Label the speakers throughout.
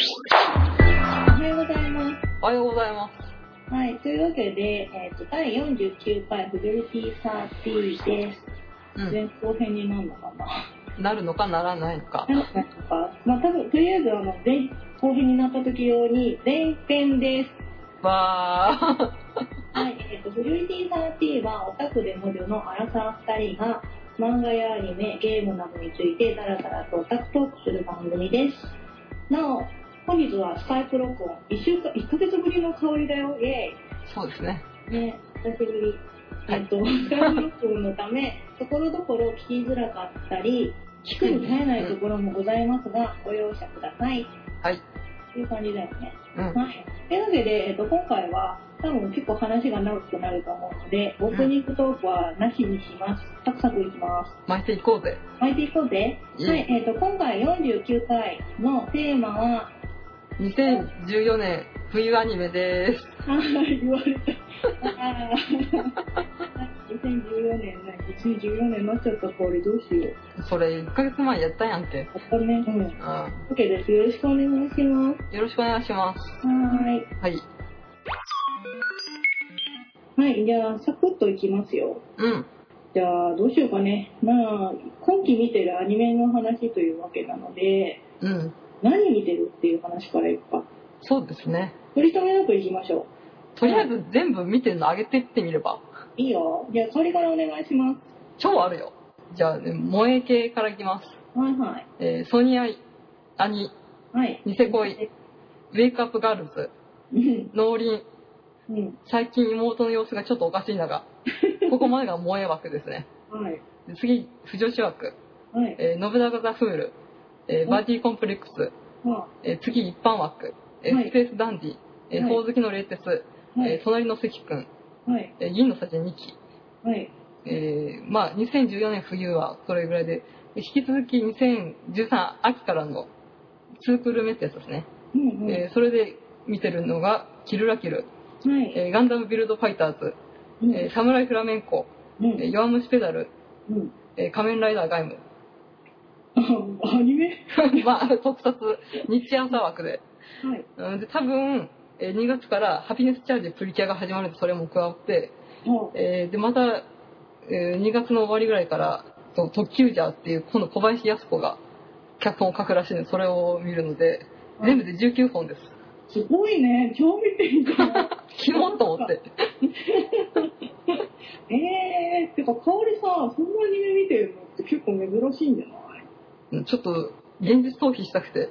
Speaker 1: おはようございます。
Speaker 2: おはようございます。
Speaker 1: はい、というわけで、えっ、と、第49回フィデリティ30です。
Speaker 2: う
Speaker 1: 前後編になるのかな。
Speaker 2: ん。なるのかならないのか。
Speaker 1: なんか、まあ、多分とりあえず、あの、前後編になった時用に、前編です。
Speaker 2: わー。
Speaker 1: はい、えっ、と、フィデリティ30は、オタクでモデルのアラサー2人が、漫画やアニメ、ゲームなどについて、だらだらとオタクトークする番組です。なお、本日はスカイプロコン、1週間、1ヶ月ぶりの香りだよ、イェーイ
Speaker 2: そうですね。
Speaker 1: ね、久しぶり。
Speaker 2: は
Speaker 1: え
Speaker 2: い
Speaker 1: っと、スカイブロックのため、 ところどころ聞きづらかったり、聞くに耐えないところもございますが、ご容赦ください。
Speaker 2: はい。
Speaker 1: という感じだよね。
Speaker 2: うん。
Speaker 1: はい。というわけで、えっと、今回は、多分結構話が長くなると思うので、オープニングトークはなしにします。サクサクいきます。
Speaker 2: 巻いていこうぜ。
Speaker 1: 巻いていこうぜ。
Speaker 2: うん
Speaker 1: はい。えっと、今回49回のテーマは、
Speaker 2: 2014年冬アニメでーす。
Speaker 1: ああ、言われた。ああ。2014年な、2014年になっちゃったか、俺どうしよう。
Speaker 2: それ1ヶ月前やったやんけ。
Speaker 1: あったね。うん。
Speaker 2: う
Speaker 1: OK です。よろしくお願いしま
Speaker 2: ん。よろしくお願いします。
Speaker 1: す。はーい。
Speaker 2: はい。
Speaker 1: はい、じゃあ、サクッといきますよ。
Speaker 2: うん。
Speaker 1: じゃあ、どうしようかね。まあ、今期見てるアニメの話というわけなので、
Speaker 2: うん。
Speaker 1: 何見てるっていう話からいくか。
Speaker 2: そうですね。
Speaker 1: 取り留めなくいきましょ
Speaker 2: とりあえず全部見てるの上げてってみれば。
Speaker 1: う。いいよ。じゃあ、それからお願いしま
Speaker 2: 超あるよ。じゃあ、ね、萌え系からいきます。
Speaker 1: す。はいはい。
Speaker 2: えー、ソニアイ、アニ、
Speaker 1: はい。
Speaker 2: ニセ恋、ウェイクアップガールズ、
Speaker 1: うん。
Speaker 2: 農林、
Speaker 1: うん。
Speaker 2: 最近妹の様子がちょっとおかしいん だが、ここまでが萌え枠ですね。
Speaker 1: はい。
Speaker 2: で次、不女子枠、
Speaker 1: はい。
Speaker 2: えー、信長ザ・フール、えーバーティーコンプレックス、
Speaker 1: は
Speaker 2: えー次、一般枠、えー
Speaker 1: はい
Speaker 2: スペースダンディ、えー、
Speaker 1: はい
Speaker 2: ほおずきの冷徹、
Speaker 1: い。は
Speaker 2: えー
Speaker 1: い。
Speaker 2: 隣の関君、
Speaker 1: はい。
Speaker 2: えー銀のさじ2期、
Speaker 1: はい。
Speaker 2: えーまあ、2014年冬はそれぐらいで、引き続き2013秋からのツークールメってやつですね。
Speaker 1: うんうん。
Speaker 2: えーそれで見てるのが、キルラキル、
Speaker 1: はい。
Speaker 2: えーガンダムビルドファイターズ、
Speaker 1: うん
Speaker 2: えーサムライフラメンコ、
Speaker 1: う
Speaker 2: えー
Speaker 1: ん
Speaker 2: 弱虫ペダル、
Speaker 1: うん
Speaker 2: えー仮面ライダーガイム。
Speaker 1: あアニメ
Speaker 2: まあ、特撮、日朝枠で。
Speaker 1: はい。
Speaker 2: うんで、多分、えー2月からハピネスチャージプリキュアが始まるんで、それも加わって、
Speaker 1: は
Speaker 2: えーで、また、え2月の終わりぐらいから、そう特急ジャーっていう、今度小林靖子が脚本を書くらしいので、それを見るので、
Speaker 1: あ
Speaker 2: 全部で19本です。
Speaker 1: すごいね。超見てるじゃん。
Speaker 2: キモッと思って。
Speaker 1: えー、てか、香りさ、そんなアニメ見てるのって結構珍しいんじゃ ない
Speaker 2: うんちょっと、現実逃避したくて、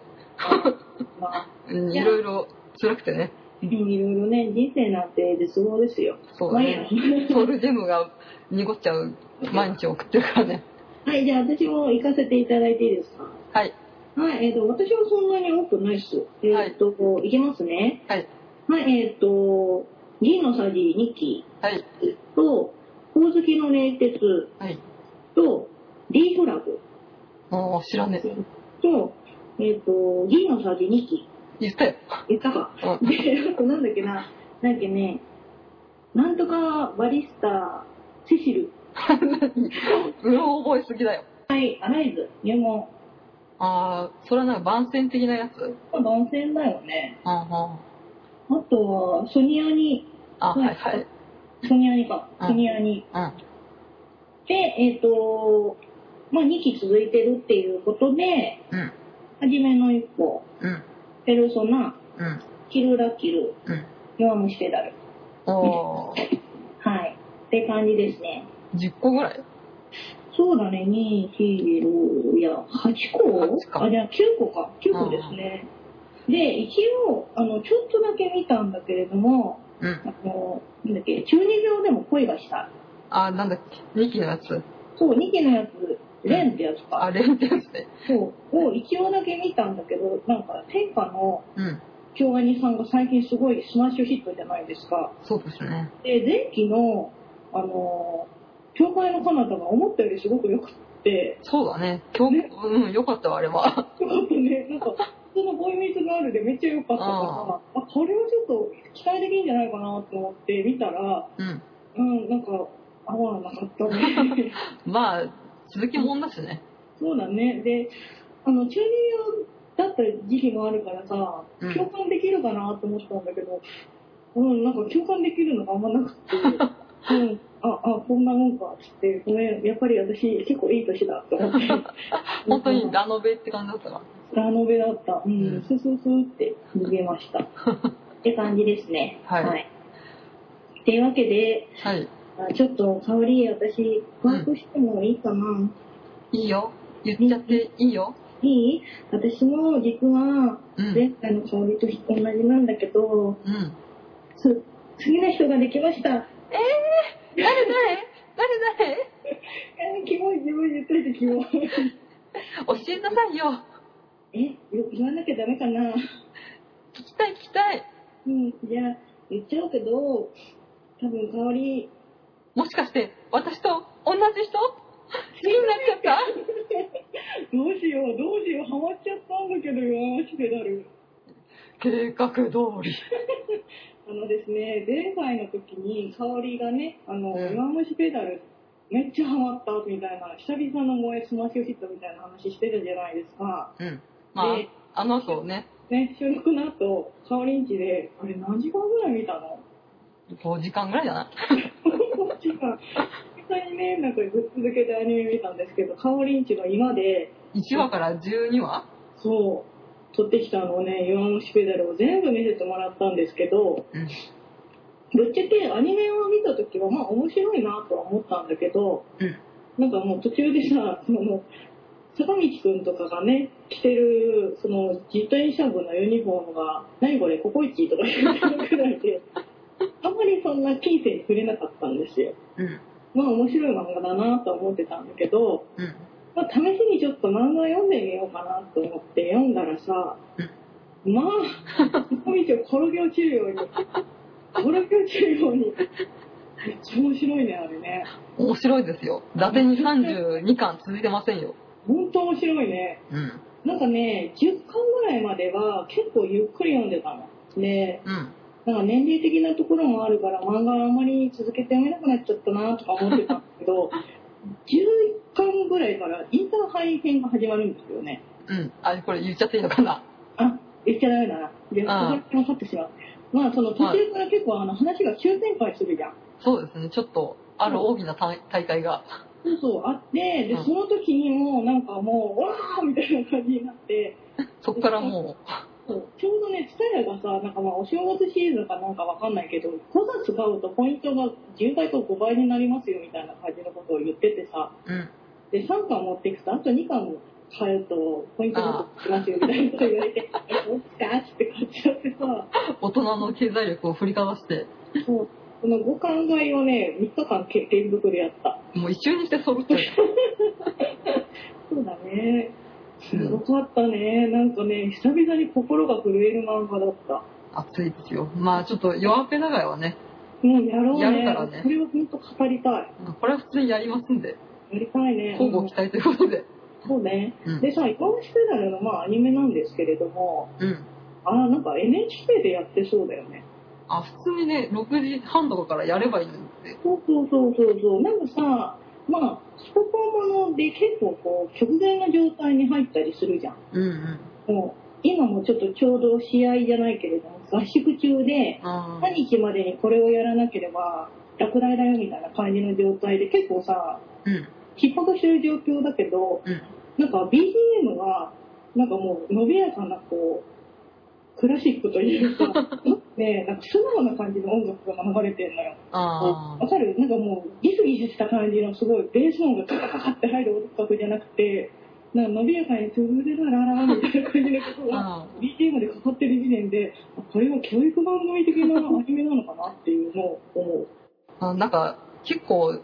Speaker 1: まあ、
Speaker 2: うん
Speaker 1: い
Speaker 2: い
Speaker 1: や
Speaker 2: ろいろ辛くてね。
Speaker 1: いろいろね、人生なんて絶望ですよ。
Speaker 2: そう
Speaker 1: まあいいや
Speaker 2: ね。ソウルジェムが濁っちゃう毎日を送ってるからね。
Speaker 1: はい、じゃあ私も行かせていただいていいですか
Speaker 2: はい。
Speaker 1: はい、えっ、と、私はそんなに多くないっす。えっ、と、い、けますね。
Speaker 2: はい。
Speaker 1: はい、えっ、と、銀のさじ2期
Speaker 2: はい。
Speaker 1: と、宝月の冷徹
Speaker 2: はい。
Speaker 1: と、D フラグ。
Speaker 2: ああ、知らねえ。
Speaker 1: と、えっ、と、銀のさじ2期。
Speaker 2: 言ったよ。
Speaker 1: 言ったか。
Speaker 2: うん。
Speaker 1: で、あとなんだっけな。なんだっけね、なんとかバリスタ、セシル、
Speaker 2: うろ覚えすぎだよ。
Speaker 1: はい、アライズ、入門。
Speaker 2: ああ、それはなんか番宣的なやつうんうん。
Speaker 1: 番宣だよね。
Speaker 2: あ
Speaker 1: あとは、ソニアに、
Speaker 2: あ、はいはい。
Speaker 1: ソニアにか、
Speaker 2: うん
Speaker 1: ソニアに。
Speaker 2: うん。
Speaker 1: で、えっ、と、まあ、2期続いてるっていうことで、
Speaker 2: うん。
Speaker 1: 初めの一歩、
Speaker 2: うん。
Speaker 1: ペルソナ、
Speaker 2: うん。
Speaker 1: キルラキル、
Speaker 2: うん。
Speaker 1: 弱虫ペダル。
Speaker 2: おー。
Speaker 1: はい。って感じですね。
Speaker 2: 10個ぐらい
Speaker 1: そうだね、2、4、6、いや、8個
Speaker 2: 八か
Speaker 1: あ、じゃあ9個か。9個ですね。で、一応、あの、ちょっとだけ見たんだけれども、
Speaker 2: うん。
Speaker 1: あの、なんだっけ、中二病でも恋がした。
Speaker 2: ああ、なんだっけ。2期のやつ。
Speaker 1: そう、2期のやつ、レンってやつ
Speaker 2: あ、
Speaker 1: か。
Speaker 2: レンってやつね。
Speaker 1: そう、を一応だけ見たんだけど、なんか、天下の
Speaker 2: うん。
Speaker 1: 京アニさんが最近すごいスマッシュヒットじゃないですか。
Speaker 2: そうですね。
Speaker 1: で、前期の、あの、教会の彼方が思ったよりすごく良くって、
Speaker 2: そうだね。今日、うん、よかったわ、あれは。
Speaker 1: すごくね、なんか、そのボーイミートガールでめっちゃ良かったから、あこれはちょっと期待できるんじゃないかなと思って見たら、
Speaker 2: うん。
Speaker 1: うん、なんか、あわはなかったね。
Speaker 2: まあ、続きもんだしね。
Speaker 1: そうだね。で、あの、中二病だった時期もあるからさ、
Speaker 2: うん。
Speaker 1: 共感できるかなと思ったんだけど、うん、なんか共感できるのがあんまなくて、うん、あ、あ、こんなもんか、つって、ごめん、やっぱり私結構いい年だって思って
Speaker 2: 本当にラノベって感じだったな。
Speaker 1: ラノベだった。う
Speaker 2: うん
Speaker 1: ん、スースースーって逃げま した。って感じですね。
Speaker 2: はい
Speaker 1: っていうわけで、
Speaker 2: はい。
Speaker 1: あちょっと、香り、私、ワークしてもいいかな、
Speaker 2: いいよ。言っちゃっていいよ。
Speaker 1: いい私も実は、
Speaker 2: うん。
Speaker 1: 前回の香りと同じなんだけど、
Speaker 2: うん。
Speaker 1: す次の人ができました。
Speaker 2: 誰誰誰誰
Speaker 1: えー、キモい、自分言っといてキ モい。
Speaker 2: 教えなさいよ。
Speaker 1: え、よ言わなきゃダメかな
Speaker 2: 聞きたい聞きたい。
Speaker 1: うん、じゃあ、言っちゃうけど、多分香り、
Speaker 2: もしかして、私と同じ人好きになっちゃった
Speaker 1: どうしよう、どうしよう、ハマっちゃったんだけどよ、シペダル。
Speaker 2: 計画通り。
Speaker 1: あのですね、前回の時に香りがね、あの、
Speaker 2: うん
Speaker 1: 弱虫ペダル、めっちゃハマったみたいな、久々の萌えスマッシュヒットみたいな話してたじゃないですか。
Speaker 2: うん。ま
Speaker 1: で
Speaker 2: あ、あの後ね、
Speaker 1: ね、収録の後、香りんちで、あれ何時間ぐらい見たの
Speaker 2: 5時間ぐらいじゃない
Speaker 1: こっちが、実際にね、なんかぶっ続けてアニメ見たんですけど、香りんちが今で、
Speaker 2: ?1 話から12話
Speaker 1: そう、撮ってきたのをね、弱虫ペダルを全部見せてもらったんですけど、
Speaker 2: うん
Speaker 1: ぶっちゃけアニメを見た時はまあ面白いなとは思ったんだけど、
Speaker 2: うん
Speaker 1: なんかもう途中でさその坂道くんとかがね着てるその自転車部のユニフォームが「何これココイチ」とか言ってるくらいであんまりそんな近世に触れなかったんですよ。
Speaker 2: うん。
Speaker 1: まあ面白い漫画だなとは思ってたんだけど、
Speaker 2: うん。
Speaker 1: まあ、試しにちょっと漫画読んでみようかなと思って読んだらさ、まあ、こみちを転げ落ちるように、転げ落ちるように、めっちゃ面白いね、あれね。
Speaker 2: 面白いですよ。伊達に32巻続いてませんよ。
Speaker 1: ほんと面白いね。
Speaker 2: うん。
Speaker 1: なんかね、10巻ぐらいまでは結構ゆっくり読んでたの。で、
Speaker 2: うん。
Speaker 1: なんか年齢的なところもあるから漫画あんまり続けて読めなくなっちゃったなとか思ってたんだけど、11巻ぐらいからインターハイ編が始まるんですよね。
Speaker 2: うん。あ、これ言っちゃっていいのかな
Speaker 1: あ、言っちゃダメだな。で、
Speaker 2: ああ
Speaker 1: ここが分かってしまう。まあ、その途中から結構あの話が急展開するじゃん。
Speaker 2: そうですね。ちょっと、ある大きな大大会が。
Speaker 1: そうそう、あって、で、
Speaker 2: うん
Speaker 1: その時にもうなんかもう、わーみたいな感じになって、
Speaker 2: そこからも
Speaker 1: そうちょうどね、ツタヤがさ、なんかまあ、お正月シーズンかなんかわかんないけど、5月買うとポイントが10倍と5倍になりますよみたいな感じのことを言っててさ、
Speaker 2: う、うん。
Speaker 1: で、3巻持っていくと、あと2巻も買うと、ポイントがつきますよみたいなこと言われて、 え、おっかーって買っちゃってさ、
Speaker 2: 大人の経済力を振りかざして、
Speaker 1: そう。この五感買いをね、3日間け連続でやった。
Speaker 2: もう一瞬にして揃ってる。
Speaker 1: そうだね。す
Speaker 2: うん
Speaker 1: ごかったね。なんかね、久々に心が震える漫画だった。
Speaker 2: 熱いですよ。まあちょっと弱ペ長いはね、
Speaker 1: うん、やろうね。
Speaker 2: やるからね
Speaker 1: これをほんと語りたい。
Speaker 2: これは普通にやりますんで、
Speaker 1: やりたいね。
Speaker 2: 交互期待ということで。
Speaker 1: そうね。
Speaker 2: うん。
Speaker 1: でさ、イカムシペダルのまあアニメなんですけれども、
Speaker 2: うん。
Speaker 1: あーなんか NHK でやってそうだよね。
Speaker 2: あ、普通にね、6時半とかからやればいいのにって。
Speaker 1: そうそうそうそうそう。なんかさ、まあ、スポコンもので結構こう、極限な状態に入ったりするじゃん。
Speaker 2: うんうん。
Speaker 1: もう今もちょっとちょうど試合じゃないけれども合宿中で
Speaker 2: あー
Speaker 1: 何日までにこれをやらなければ落第だよみたいな感じの状態で結構さ
Speaker 2: うん。
Speaker 1: 逼迫してる状況だけど
Speaker 2: うん。
Speaker 1: なんか BGM がなんかもう伸びやかなこうクラシックという かねなんか素直な感じの音楽が流れてんのよ
Speaker 2: あ
Speaker 1: わかるなんかもうギスギスした感じのすごいベース音がカカカカって入る音楽じゃなくてなんか伸びやかに「トゥルルララ」みたいな感じのこと
Speaker 2: ー。
Speaker 1: が
Speaker 2: あ
Speaker 1: BTM でかかってる時点で、あこれは教育番組的なアニメなのかなっていうのを思う。
Speaker 2: ーあ。なんか、結構、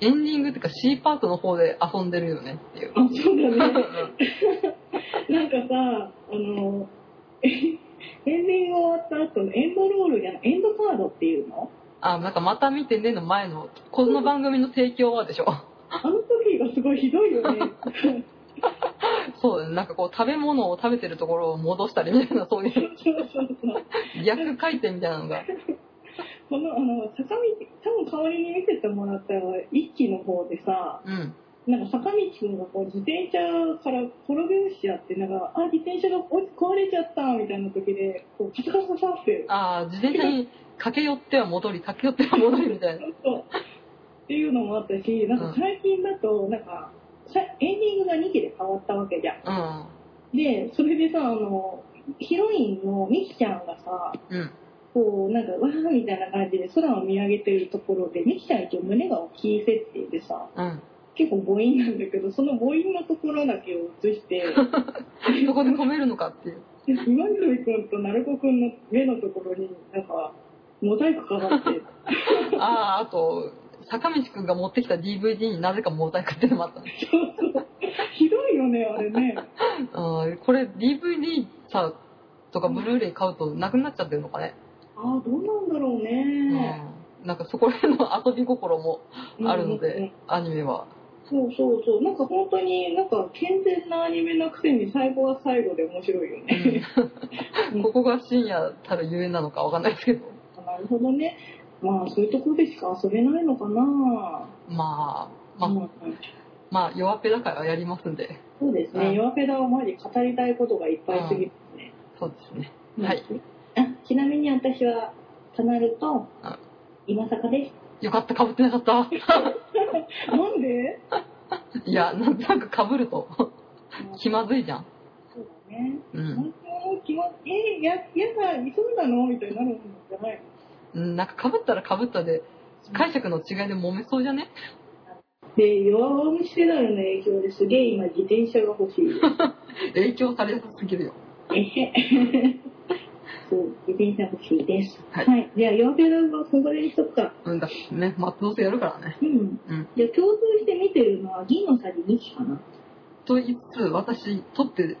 Speaker 2: エンディングっていうか C パートの方で遊んでるよねっていう。
Speaker 1: あ、そうだね。なんかさ、あの、えエンディング終わった後のエンドロールじゃない、エンドカードっていうの
Speaker 2: あ、なんかまた見てねの前の、この番組の提供はでしょ。
Speaker 1: あの時がすごいひどいよね。
Speaker 2: そうだね。なんかこう食べ物を食べてるところを戻したりみたいな、そういう
Speaker 1: そうそうそう。
Speaker 2: 逆回転みたいなのが。
Speaker 1: このあの坂道多分代わりに見せてもらった一期の方でさ
Speaker 2: うん。
Speaker 1: なんか坂道くんがこう自転車から転げ落ちちゃってなんかあ自転車が落ち壊れちゃったみたいな時でこうカサカサカサって
Speaker 2: ああ、自転車に駆け寄っては戻り、駆け寄っては戻りみたいな。
Speaker 1: そうっていうのもあったしなんか最近だとなんかさエンディングが2期で変わったわけじゃん。
Speaker 2: うん。
Speaker 1: でそれでさあのヒロインのミキちゃんがさ
Speaker 2: うん。
Speaker 1: こうなんかわーみたいな感じで空を見上げてるところでミキちゃん一応胸が大きい設定でさ
Speaker 2: うん。
Speaker 1: 結構母音なんだけどその母音のところだけを映して
Speaker 2: そこで止めるのかっていう。
Speaker 1: 今泉君と鳴子君の目のところになんかモザイクかかって
Speaker 2: ああ、あと、坂道くんが持ってきた DVD になぜかモザイクっていうのもあったね。
Speaker 1: ひどいよねあれね
Speaker 2: うん。これ DVD さ、とかブルーレイ買うとなくなっちゃってるのかね。
Speaker 1: ああどうなんだろう
Speaker 2: う
Speaker 1: ね、
Speaker 2: ん。なんかそこら辺の遊び心もあるの
Speaker 1: うん
Speaker 2: で、アニメは。
Speaker 1: そうそうそうなんか本当になんか健全なアニメなくせに最後は最後で面白いよね
Speaker 2: うんここが深夜たるゆえなのかわかんないですけど。
Speaker 1: なるほどね。まあ、そういうところでしか遊べないのかな。
Speaker 2: まあ、まあ
Speaker 1: う、ん
Speaker 2: まあ、弱っぺだからやりますんで。
Speaker 1: そうです
Speaker 2: うん
Speaker 1: ね。弱ペダはマジ語りたいことがいっぱいすぎますね。
Speaker 2: そうですね。はい。
Speaker 1: あ、ちなみに私は、となると
Speaker 2: うん、
Speaker 1: 今坂で
Speaker 2: よかった、被ってなかった。
Speaker 1: す。なん で
Speaker 2: いや、なんとなく被ると気まずいじゃん。
Speaker 1: そうだね。
Speaker 2: うん。
Speaker 1: 本当気まえや、やだ、そうなのみたいになるんじゃない
Speaker 2: うんなんか被ったら被ったで、解釈の違いで揉めそうじゃね
Speaker 1: で、弱虫ペダルの影響ですげえ今自転車が欲しい です。
Speaker 2: 影響されやすぎるよ。
Speaker 1: えへ。そう、自転車欲しいです。
Speaker 2: はい
Speaker 1: はい。じゃあ、弱ペダルはここでにしとくか。
Speaker 2: うんだってね、まあ、どうせやるからね。
Speaker 1: うん
Speaker 2: うん。
Speaker 1: で、共通して見てるのは銀のサリ2期かな。
Speaker 2: と言いつつ、私、取って、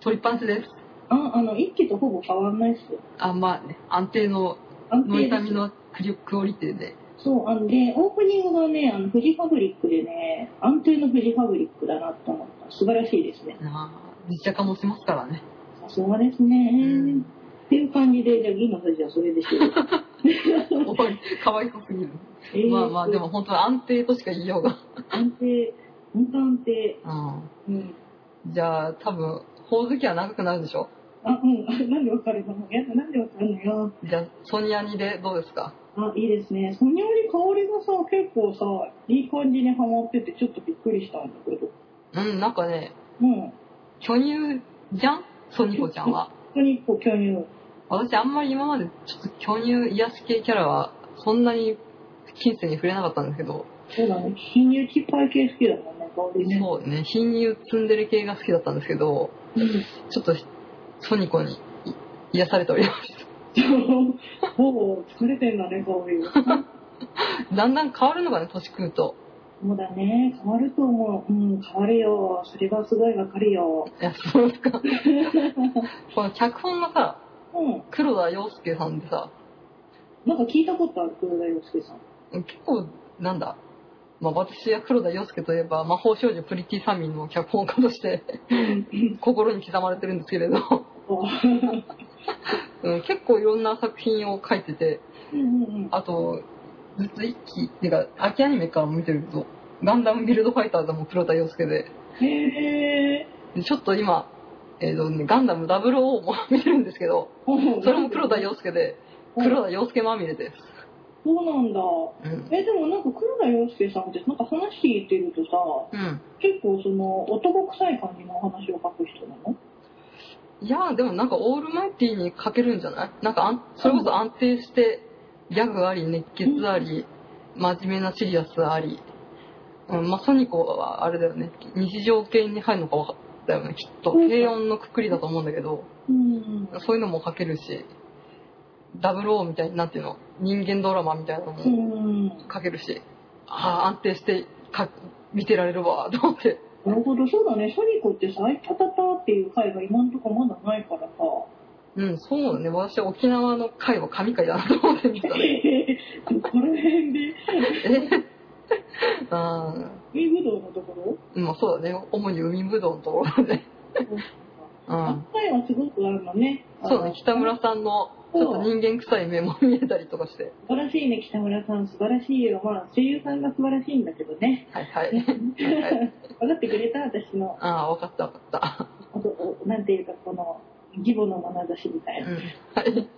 Speaker 2: 取りっぱなしです。
Speaker 1: あ、あの、1期とほぼ変わんないっすよ。
Speaker 2: あ、まあね、安定の、
Speaker 1: 安
Speaker 2: の
Speaker 1: 定
Speaker 2: 痛
Speaker 1: です
Speaker 2: みのクリクオリティで。
Speaker 1: そう、あので、オープニングがね、あの、フジファブリックでね、安定のフジファブリックだなと思った。素晴らしいですね。
Speaker 2: なあ、実写化もしますからね。
Speaker 1: さすがですね。
Speaker 2: うん
Speaker 1: っていう感じで、じゃあ銀のサリはそれでしょう。
Speaker 2: おい、かわいそうすぎる。
Speaker 1: えー
Speaker 2: まあまあ、で。も本当に安定としか言いようが。
Speaker 1: 安定、本当安定。う
Speaker 2: う
Speaker 1: ん。
Speaker 2: ん。じゃあ、多分、ほおずきは長くなるでしょ
Speaker 1: あ、うん。 あなんでわかるのやだ、なんでわかるのよ。
Speaker 2: じゃあ、ソニアニでどうですか
Speaker 1: あ、いいですね。ソニャリ香りがさ、結構さ、いい感じにハマってて、ちょっとびっくりしたんだけど。
Speaker 2: うん、なんかね、
Speaker 1: うん。
Speaker 2: 巨乳じゃんソニコちゃんは。
Speaker 1: 本当にこう、巨乳。
Speaker 2: 私、あんまり今まで、ちょっと巨乳癒し系キャラは、そんなに、近世に触れなかったんですけど、
Speaker 1: そうだね。貧乳チッパイ系好きだもんね、香りね。
Speaker 2: そうね、貧乳ツンデレ系が好きだったんですけど、
Speaker 1: うん。
Speaker 2: ちょっと、ソニコに癒されております。
Speaker 1: そう。ほぼ疲れてんだね、香り。
Speaker 2: だんだん変わるのがね、年食うと。
Speaker 1: そうだね。変わると思う。うん、変わるよ。それはすごいわかるよ。
Speaker 2: いや、そうですか。この脚本がさ、
Speaker 1: うん。
Speaker 2: 黒田洋介さんでさ、
Speaker 1: なんか聞いたことある、黒田洋介さん。
Speaker 2: 結構、なんだ、まあ、私は黒田洋介といえば、魔法少女プリティサミンの脚本家として、心に刻まれてるんですけれど、うん、結構いろんな作品を書いてて、
Speaker 1: うんうんうん。
Speaker 2: あと、ずっと一期、てか、秋アニメからも見てるけど、ガンダムビルドファイターズも黒田洋介で、
Speaker 1: へえ。
Speaker 2: でちょっと今、えーとね、ガンダム00も見てるんですけど、それも黒田洋介で、黒田洋介まみれです。
Speaker 1: そうなんだ。
Speaker 2: うん。
Speaker 1: えでもなんか黒田洋介さんってなんか話聞いてるとさ
Speaker 2: うん。
Speaker 1: 結構その男臭い感じのお話を書く人なの
Speaker 2: いやーでもなんかオールマイティーに欠けるんじゃないなんかあんそれこそ安定してギャグあり熱血あり真面目なシリアスあり、うんまあ、ソニコはあれだよね日常系に入るのかわかったよねきっと
Speaker 1: うん
Speaker 2: 平穏のくくりだと思うんだけど
Speaker 1: うん
Speaker 2: そういうのも欠けるしダブルオーみたいになんていうの人間ドラマみたいなの
Speaker 1: う
Speaker 2: も
Speaker 1: ん
Speaker 2: 欠けるし、ああ安定してか見てられるわと思って
Speaker 1: なるほどそうだねソニコってさ「あいたたた」っていう回が今んとこまだないからさ
Speaker 2: うんそうだね私は沖縄の回は神回だなと思って見てた ね
Speaker 1: この辺で
Speaker 2: えあ
Speaker 1: 海ぶどうのところ
Speaker 2: ーまあそうだね主に海ぶどうのところで、う
Speaker 1: あ
Speaker 2: ん、
Speaker 1: っ回はすごくあるのね
Speaker 2: そうだね北村さんのちょっと人間臭い目も見えたりとかして。
Speaker 1: 素晴らしいね、北村さん。素晴らしいよ。まあ、声優さんが素晴らしいんだけどね。
Speaker 2: はい はい。はい、
Speaker 1: 分かってくれた私の、
Speaker 2: ああ、わかったわかった。
Speaker 1: あとおなんていうか、この、義母の眼差しみた
Speaker 2: う
Speaker 1: い
Speaker 2: ん
Speaker 1: な。
Speaker 2: はい。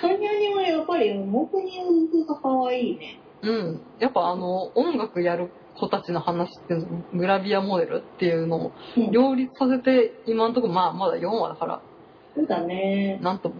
Speaker 1: それにはやっぱり、オープニングが可愛いね。
Speaker 2: うん。やっぱあの、音楽やる子たちの話っていうの、グラビアモデルっていうのを
Speaker 1: うん
Speaker 2: 両立させて、今のところまあまだ4話だから、
Speaker 1: そうだね。
Speaker 2: なんとも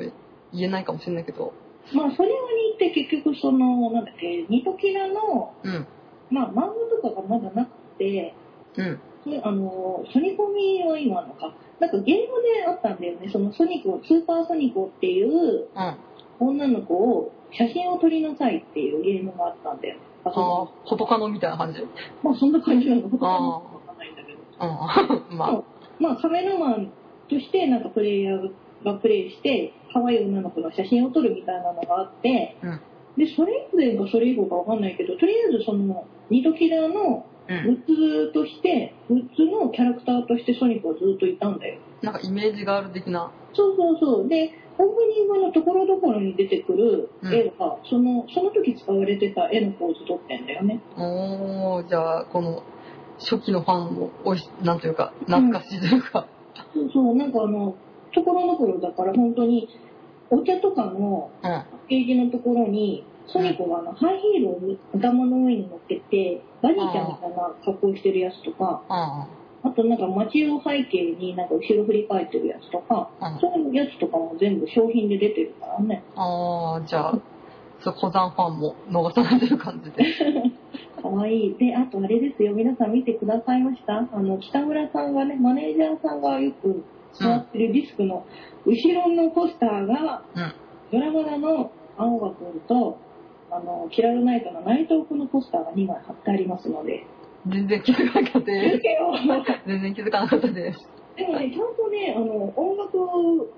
Speaker 2: 言えないかもしれないけど、
Speaker 1: まあ、それに行って結局、その、なんだっけ、ニトキラの、
Speaker 2: うん。
Speaker 1: まあ、漫画とかがまだなくて、
Speaker 2: うん。
Speaker 1: であの、ソニコミは今あんのか。なんかゲームであったんだよね。そのソニコ、スーパーソニコっていう
Speaker 2: うん。あ
Speaker 1: 女の子を写真を撮りなさいっていうゲームがあったんだよ。あ
Speaker 2: あ、ほとかのみたいな感じ。うん。
Speaker 1: まあそんな感じなの他のわかんないんだけど。
Speaker 2: ま
Speaker 1: まあカメラマンとしてなんかプレイヤーがプレイして可愛い女の子の写真を撮るみたいなのがあって、
Speaker 2: うん
Speaker 1: でそれ以前かそれ以後かわかんないけどとりあえずそのニトキラーの
Speaker 2: あ、う
Speaker 1: グ
Speaker 2: ん。
Speaker 1: ッズとして、グッズのキャラクターとしてソニックはずっといたんだよ。
Speaker 2: なんかイメージガール的な。
Speaker 1: そうそうそう。で、オープニングのところどころに出てくる絵が、その、その時使われてた絵のポーズ撮ってんだよね。
Speaker 2: おー、じゃあ、この、初期のファンを、おいし、なんというか、懐かしいというか、
Speaker 1: そうそう、なんかあの、ところどころだから本当に、お茶とかの
Speaker 2: うん。あ
Speaker 1: パッケージのところに、ソニコがあの、ハイヒールを頭の上に乗っけて、バニーちゃんみたいな格好してるやつとか、
Speaker 2: あ、
Speaker 1: あとなんか街を背景になんか後ろ振り返ってるやつとか、
Speaker 2: うん
Speaker 1: そういうやつとかも全部商品で出てるからね。
Speaker 2: ああ、じゃあ、そう、小山ファンも逃さないという感じ で。
Speaker 1: かわいい。で、あとあれですよ、皆さん見てくださいましたあの、北村さんがね、マネージャーさんがよく座ってるディスクの後ろのポスターが、
Speaker 2: うん
Speaker 1: ドラマラの青葉くんと、あの、キラルナイトの内藤くんのポスターが2枚貼ってありますので。
Speaker 2: 全然気づかなかった
Speaker 1: 見
Speaker 2: です。
Speaker 1: てよ
Speaker 2: 全然気づかなかったです。
Speaker 1: でもね、ちゃんとね、あの、音楽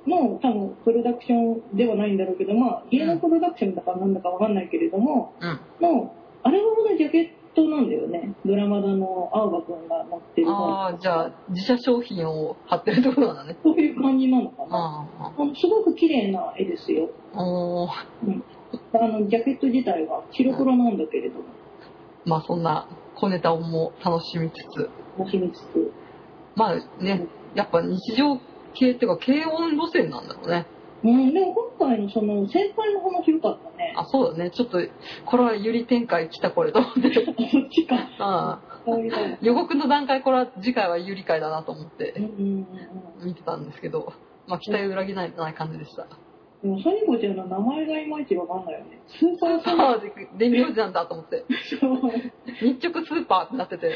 Speaker 1: の多分プロダクションではないんだろうけど、まあ、芸能プロダクションだかなんだかわかんないけれども、
Speaker 2: うん。
Speaker 1: のアルバムのジャケットなんだよねドラマだの青葉くんが持ってる
Speaker 2: ああ、じゃあ、自社商品を貼ってるところなんだね。
Speaker 1: そういう感じなのかな
Speaker 2: ああ
Speaker 1: あのすごく綺麗な絵ですよ、
Speaker 2: ああ、おー
Speaker 1: あのジャケット自体は白黒なんだけれども
Speaker 2: まあそんな小ネタをも楽しみつつ、
Speaker 1: 楽しみつつ
Speaker 2: まあね、やっぱ日常系っていうか、軽音路線なんだろうね。
Speaker 1: うんでも今回のその先輩の話良かったね
Speaker 2: あ、そうだね。ちょっと、これはゆり展開来たこれと思って。
Speaker 1: そっちか
Speaker 2: ああ
Speaker 1: そういうの
Speaker 2: 予告の段階、これは次回はゆり会だなと思っ
Speaker 1: うん
Speaker 2: て
Speaker 1: うんうん
Speaker 2: 見てたんですけど、まあ期待を裏切らない感じでした。
Speaker 1: でもソニコちゃんの名前がいまいちわかんないよねスーパーソニッ
Speaker 2: ああ、で、電名字なんだと思って。
Speaker 1: クそうば
Speaker 2: 日直スーパーってなってて、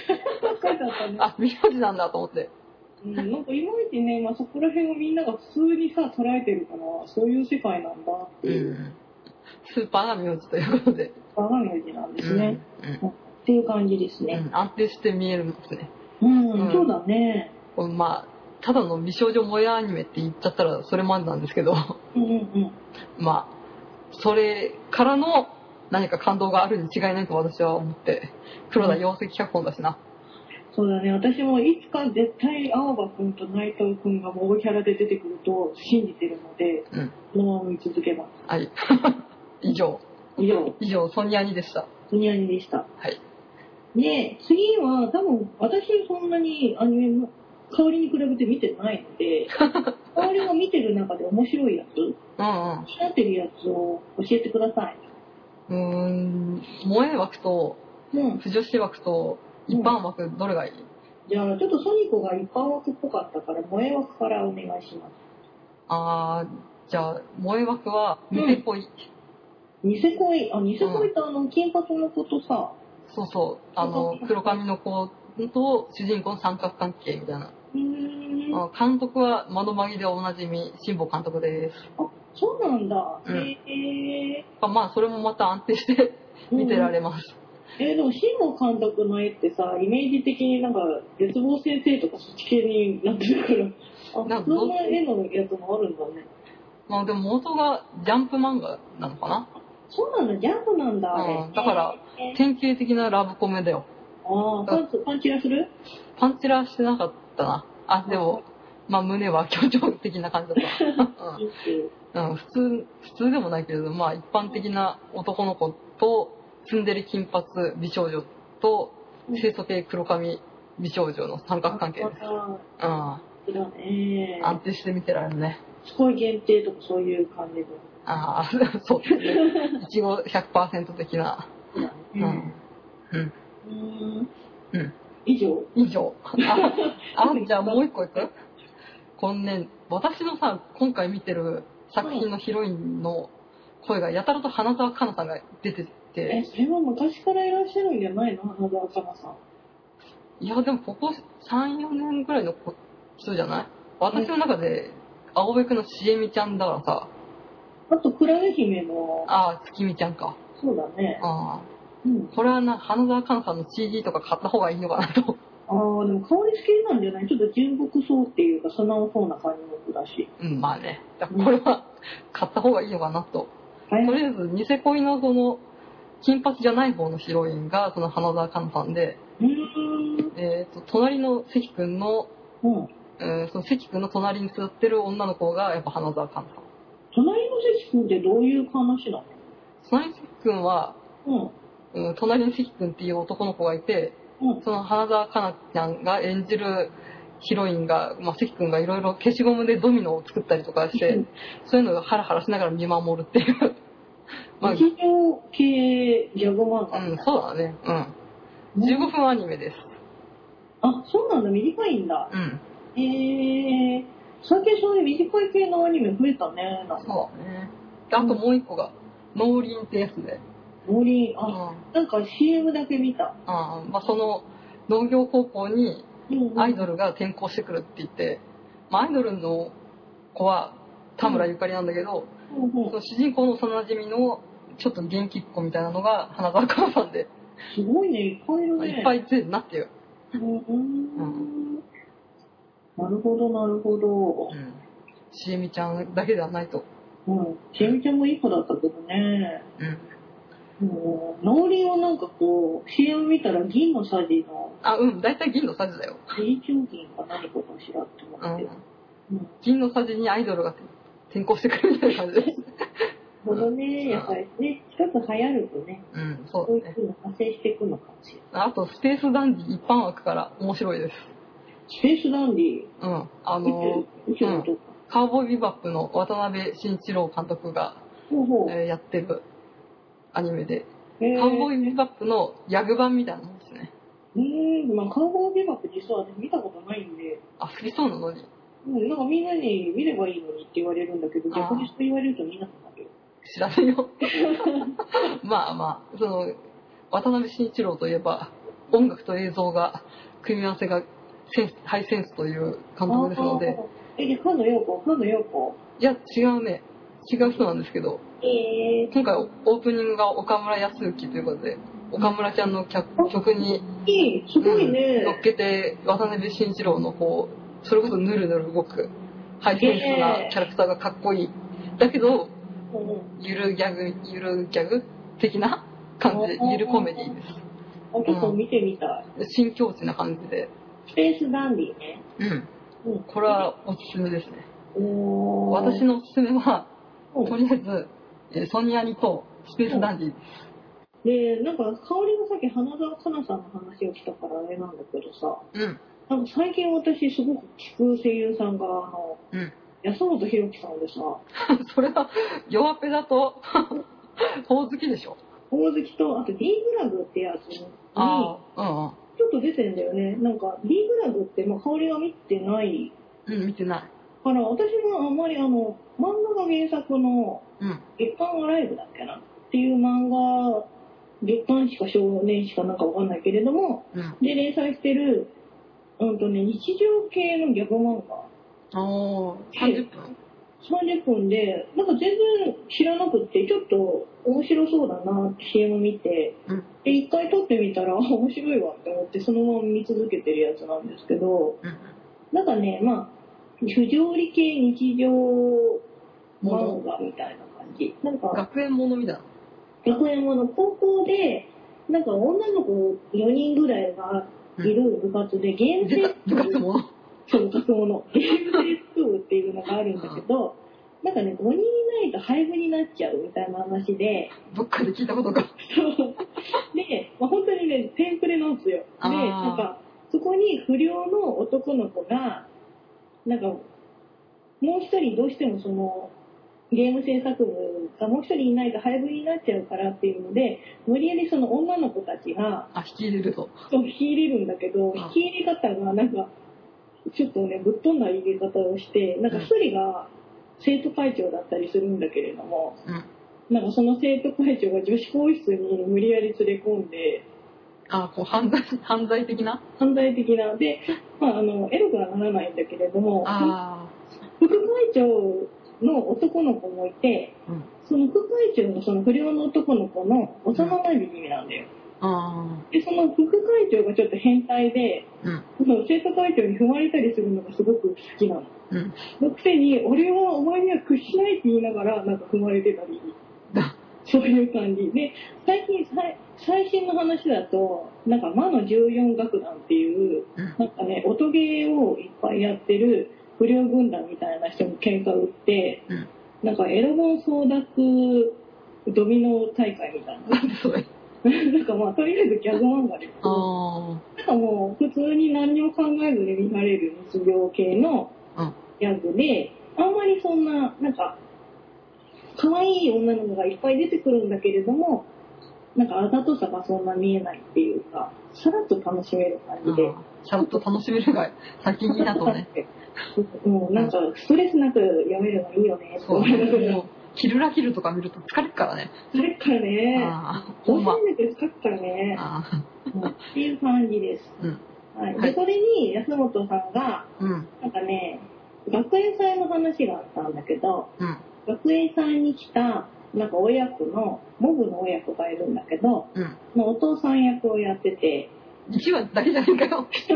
Speaker 1: っかりだったね
Speaker 2: あ、名字なんだと思って。
Speaker 1: うん、なんかいまいちね、まあ、そこら辺をみんなが普通にさ捉えてるからそういう世界なんだって
Speaker 2: う
Speaker 1: いう、
Speaker 2: ん。スーパーが名字ということで。
Speaker 1: 我が名字なんですね、
Speaker 2: うん。うん
Speaker 1: っていう感じです
Speaker 2: う
Speaker 1: ね
Speaker 2: ん安定して見えますね。
Speaker 1: うん、
Speaker 2: うん
Speaker 1: そうだね
Speaker 2: これまあ、ただの美少女萌えアニメって言っちゃったらそれまでなんですけど、
Speaker 1: うんうんうん
Speaker 2: まあ、それからの何か感動があるに違いないと私は思って、黒田洋石脚本だしな。
Speaker 1: そうだね私もいつか絶対青葉くんと内藤くんがモブキャラで出てくると信じてるので、
Speaker 2: うん
Speaker 1: このまま見続けま
Speaker 2: はい。 以上、
Speaker 1: す以上
Speaker 2: 以上、ソニアニでした。
Speaker 1: ふにゃにでした
Speaker 2: はい。
Speaker 1: で次は多分私そんなにアニメの香りに比べて見てないの で香りが見てる中で面白いやつ
Speaker 2: う
Speaker 1: 気
Speaker 2: ん
Speaker 1: になってるやつを教えてください。
Speaker 2: うん。うーん、萌え枠と、
Speaker 1: うん。
Speaker 2: 不女子枠と、一般枠、どれがいい、
Speaker 1: じゃあ、ちょっとソニコが一般枠っぽかったから、萌え枠からお願いします。
Speaker 2: あー、じゃあ、萌え枠は、見てこい。
Speaker 1: ニセ恋、あ、ニセ恋ってあの、金髪の子とさ、
Speaker 2: そうそう、あの、黒髪の子と主人公の三角関係みたいな。
Speaker 1: うーん。あ、
Speaker 2: あ監督は窓紛れでおなじみ、辛坊監督です。
Speaker 1: そうなんだ。
Speaker 2: うん
Speaker 1: へえ
Speaker 2: まあ、それもまた安定して
Speaker 1: ー。
Speaker 2: 見てられます。
Speaker 1: うんえーでも、シン監督の絵ってさ、イメージ的になんか、絶望先生とかそっち系になってるから、あ、
Speaker 2: なんか
Speaker 1: そんな絵のやつもあるんだね。
Speaker 2: まあ、でも元がジャンプ漫画なのかな
Speaker 1: そうなんだ、ジャンプなんだ、あれ。
Speaker 2: うんだから
Speaker 1: へー、
Speaker 2: 典型的なラブコメだよ。
Speaker 1: ああ、パンツ、パンチラする
Speaker 2: パンチラしてなかったな。あ、でも、まあ、胸は強調的な感じだった。うん
Speaker 1: いいっていう
Speaker 2: うん普通普通でもないけれどまあ一般的な男の子とツンデレ金髪美少女と清楚系黒髪美少女の三角関係です、
Speaker 1: す。
Speaker 2: うん、安
Speaker 1: だね。
Speaker 2: 定して見てられるね
Speaker 1: すごい限定とかそういう感じの。
Speaker 2: ああ そうですねいちご100%的な、うんうん、
Speaker 1: うん。
Speaker 2: うん。
Speaker 1: 以上。
Speaker 2: 以上ああじゃあもう一個いく今年私のさ今回見てる作品のヒロインの声がやたらと花澤香菜さんが出てて、
Speaker 1: え、それは昔からいらっしゃるんじゃないの花澤香菜さん。
Speaker 2: いや、でもここ3、4年ぐらいの子人じゃない私の中で、青べくのしえみちゃんだからさ、
Speaker 1: あと、クラゲ姫の、
Speaker 2: ああ、月見ちゃんか。
Speaker 1: そうだね。
Speaker 2: あ
Speaker 1: うん
Speaker 2: あ。。これはな、花澤香菜さんの CD とか買った方がいいのかなと。
Speaker 1: ああ、でも香り好きなんじゃないちょっと純朴そうっていうか、素直そうな感じの子だし。
Speaker 2: うん、まあね。これは、買った方がいいのかなと。
Speaker 1: はい
Speaker 2: とりあえず、ニセ恋のその、金髪じゃない方のヒロインが、その花澤香菜さんで、
Speaker 1: うーん。
Speaker 2: えっ、と、隣の関くんの、
Speaker 1: うん。
Speaker 2: うん、その関くんの隣に座ってる女の子が、やっぱ花澤香菜さん。
Speaker 1: 隣の関君ってどういう話なの
Speaker 2: 隣の関くんは、
Speaker 1: うん。
Speaker 2: うん、隣に関君っていう男の子がいて、
Speaker 1: うん
Speaker 2: その花澤香菜ちゃんが演じるヒロインが、まあ、関君がいろいろ消しゴムでドミノを作ったりとかして、
Speaker 1: うん
Speaker 2: そういうのがハラハラしながら見守るっていう。 まあ、
Speaker 1: 日常系ギャグ漫画。
Speaker 2: うん、そうだね。うん。15分アニメです。
Speaker 1: あ、そうなんだ、短いんだ。
Speaker 2: うん。
Speaker 1: えー、最近そういう短い系のアニメ増えたね。なんか、
Speaker 2: そうだね。であともう一個が、農林ってやつで。
Speaker 1: 森、
Speaker 2: うん。
Speaker 1: あ、
Speaker 2: あ
Speaker 1: なんか CM だけ見た。
Speaker 2: あまあ、その農業高校に
Speaker 1: うん
Speaker 2: アイドルが転校してくるって言って、まあ、アイドルの子は田村ゆかりなんだけど、
Speaker 1: うんうん
Speaker 2: その主人公の幼馴染のちょっと元気っ子みたいなのが花澤香菜さんで、
Speaker 1: すごいね、いっぱいいるね。
Speaker 2: いっぱい出てるなっていう、
Speaker 1: うんうんなるほど、なるほど
Speaker 2: う。ん、しえみちゃんだけではないと、
Speaker 1: うん。ちえみちゃんもいい子だったけどね。
Speaker 2: うん、
Speaker 1: もう、農林をなんかこう、CM 見たら銀のサジの、
Speaker 2: あうん大体銀のサジだよ、
Speaker 1: 成長銀か何かかしらって思
Speaker 2: う
Speaker 1: って
Speaker 2: ん。、
Speaker 1: うん。
Speaker 2: 銀のサジにアイドルが転校してくるみたいな感じです、
Speaker 1: ほどね、やっぱりね、一つ流行るとね、
Speaker 2: うん、そ
Speaker 1: こう
Speaker 2: う
Speaker 1: い
Speaker 2: だ
Speaker 1: う
Speaker 2: ね
Speaker 1: ふうに派生していくのかもしれない。
Speaker 2: あとスペースダンディ一般枠から面白いです、
Speaker 1: スペースダンディ、
Speaker 2: うん、あ
Speaker 1: 宇
Speaker 2: の
Speaker 1: 宙、宇宙のとこ。
Speaker 2: カウボーイビバップの渡辺慎一郎監督が、
Speaker 1: ほうほう。
Speaker 2: えーやってるアニメで、
Speaker 1: えー
Speaker 2: カウボーイビバップのヤグ版みたいなもんですね
Speaker 1: うーん、まあ、カウボーイビバップ実は私見たことないんで、
Speaker 2: あ、好きそうなのに。
Speaker 1: うん、なんかみんなに見ればいいのにって言われるんだけど、
Speaker 2: あー
Speaker 1: 逆にそう言われると見なくなる。
Speaker 2: 知らない よ。まあまあ、その、渡辺慎一郎といえば、音楽と映像が、組み合わせがセンス、ハイセンスという監督ですので、
Speaker 1: あー。え、じゃあ、菅野陽子、菅野陽子。
Speaker 2: いや、違うね。違う人なんですけど、
Speaker 1: え
Speaker 2: 今回オープニングが岡村康之ということで、岡村ちゃんの曲曲に、
Speaker 1: ー、いい、すごいね。
Speaker 2: 乗っけて、渡辺慎一郎のこう、それこそヌルヌル動く、ハイセンスなキャラクターがかっこいい。だけど、
Speaker 1: うんうん
Speaker 2: ゆるギャグ、ゆるギャグ的な感じで、ゆるコメディです。
Speaker 1: あちょっと見てみた
Speaker 2: 新境地な感じで。
Speaker 1: い。スペースダンディね。
Speaker 2: うん。
Speaker 1: うん。
Speaker 2: これはおすすめですね。
Speaker 1: おー、
Speaker 2: 私のおすすめは、
Speaker 1: うん
Speaker 2: とりあえずえー、ソニアリとスペースダンディで
Speaker 1: で、
Speaker 2: す。
Speaker 1: なんか、香りがさっき花澤香菜さんの話をしたからあれなんだけどさ、
Speaker 2: うん。
Speaker 1: なんか最近私すごく聞く声優さんが、あの、
Speaker 2: うん
Speaker 1: 安本博樹さんでさ、
Speaker 2: それは、弱ペだと、 ほおずきでしょ。
Speaker 1: 大月と、あと D グラグってやつに、ちょ
Speaker 2: ああ、
Speaker 1: っと出てんだよね。なんか D グラグって、まあ、香りが見てない
Speaker 2: うんうん。うん、見てない。
Speaker 1: から、私もあんまりあの、漫画が原作の
Speaker 2: うん。
Speaker 1: 月刊アライブだっけなっていう漫画、月刊しか少年しかなんかわかんないけれども、
Speaker 2: うん。
Speaker 1: で連載してる、うんとね、日常系のギャグ漫画。
Speaker 2: おー、30分。
Speaker 1: 30分で、なんか全然知らなくって、ちょっと面白そうだなって CM 見て、
Speaker 2: うん
Speaker 1: で、一回撮ってみたら、あ 面白いわって思って、そのまま見続けてるやつなんですけど、
Speaker 2: うん
Speaker 1: なんかね、まあ、不条理系日常漫画みたいな感じ。なんか、
Speaker 2: 学園ものみたいな。
Speaker 1: 学園もの高校で、なんか女の子4人ぐらいがいる部活で、ゲーム
Speaker 2: 出
Speaker 1: 制
Speaker 2: た、部活もの。
Speaker 1: そう、学もの。ゲーム制スクールっていうのがあるんだけど、なんかね、5人いないと廃部になっちゃうみたいな話で、
Speaker 2: どっかで聞いたことが。
Speaker 1: そう で、まあ、本当にね、テンプレなんですよ。で、
Speaker 2: あー
Speaker 1: なんか、そこに不良の男の子が、なんか、もう一人どうしてもその、ゲーム制作部がもう一人いないと廃部になっちゃうからっていうので、無理やりその女の子たちが、
Speaker 2: あ、引き入れると。
Speaker 1: そう引き入れるんだけど、
Speaker 2: あ
Speaker 1: 引き入れ方がなんか、ちょっとね、ぶっ飛んだ入れ方をして、なんか一人が生徒会長だったりするんだけれども、
Speaker 2: うん。
Speaker 1: なんかその生徒会長が女子更衣室に無理やり連れ込んで、
Speaker 2: あ、こう、犯罪、犯罪的な
Speaker 1: 犯罪的な、で、まあ、あの、エロくはならないんだけれども、
Speaker 2: あ
Speaker 1: 副会長の男の子もいて、
Speaker 2: うん
Speaker 1: その副会長のその不良の男の子の幼馴染なんだよ。
Speaker 2: あ。あ
Speaker 1: で、その副会長がちょっと変態で、
Speaker 2: あ。うん。
Speaker 1: その生徒会長に踏まれたりするのがすごく好きなの。
Speaker 2: うん。
Speaker 1: のくせに、俺はお前には屈しないって言いながら、なんか踏まれてたり、
Speaker 2: だ
Speaker 1: そういう感じ。で、最近、最最新の話だと、なんか魔の14楽団っていう、
Speaker 2: うん。
Speaker 1: なんかね、音ゲーをいっぱいやってる不良軍団みたいな人に喧嘩売って、
Speaker 2: うん
Speaker 1: なんかエロ本争奪ドミノ大会みたいな。
Speaker 2: なんでそれ。
Speaker 1: なんかまあ、とりあえずギャグ漫画です。
Speaker 2: あ
Speaker 1: なんかもう普通に何にも考えずに見られる日常系の
Speaker 2: うん
Speaker 1: ギャグで、あんまりそんな、なんか、可愛い女の子がいっぱい出てくるんだけれども、なんかあざとさがそんな見えないっていうか、さらっと楽しめる感
Speaker 2: あ。
Speaker 1: じで。
Speaker 2: シャラッと楽しめるが先にだとね。
Speaker 1: もうなんかストレスなく読めるのいいよね、
Speaker 2: そう。
Speaker 1: と思いながら
Speaker 2: もう、キルラキルとか見ると疲れるからね。
Speaker 1: それからね、
Speaker 2: ああ。ほ
Speaker 1: ど
Speaker 2: ん
Speaker 1: う
Speaker 2: ま。
Speaker 1: せて書くからね。
Speaker 2: ああ。
Speaker 1: っていう感じです。
Speaker 2: うん
Speaker 1: はい。
Speaker 2: は
Speaker 1: で、
Speaker 2: い
Speaker 1: これに安本さんが、
Speaker 2: うん。
Speaker 1: なんかね、学園祭の話があったんだけど、
Speaker 2: うん。
Speaker 1: 学園祭に来た、なんか親子の、モブの親子がいるんだけど、
Speaker 2: うん。
Speaker 1: まあお父さん役をやってて、
Speaker 2: 一話だけじゃねえかよ。
Speaker 1: そ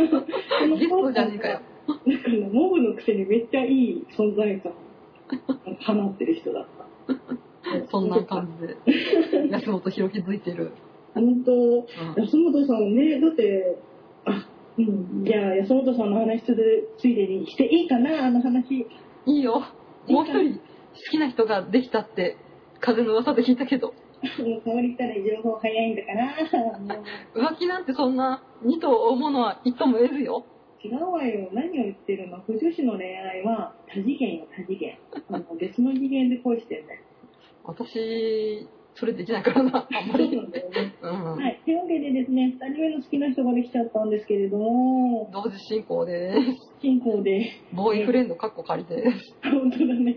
Speaker 1: の
Speaker 2: ゲスト じゃねえかよ。
Speaker 1: なんかね、モブのくせにめっちゃいい存在感を放ってる人だった。
Speaker 2: そんな感じで。安本博気づいてる。
Speaker 1: じ。本当、
Speaker 2: うん。
Speaker 1: 安本さんね、だって、あ、うん、じゃあ安本さんの話するついでにしていいかな、あの話。
Speaker 2: いいよ。もう一人、好きな人ができたって、風の噂で聞いたけど。
Speaker 1: もう香りったら情報早いんだから、もう
Speaker 2: 浮気なんてそんな二と追うものは一とも得ずよ
Speaker 1: 違うわよ何を言ってるの不女子の恋愛は多次元よ多次元あの 別の次元で恋してるね
Speaker 2: 私それできないからなあんま
Speaker 1: そう
Speaker 2: り
Speaker 1: なんだよね
Speaker 2: うん、
Speaker 1: はいというわけでですね2人目の好きな人ができちゃったんですけれども
Speaker 2: 同時進行です
Speaker 1: 進行で
Speaker 2: ボーイフレンドかっこ仮です、
Speaker 1: 本当だね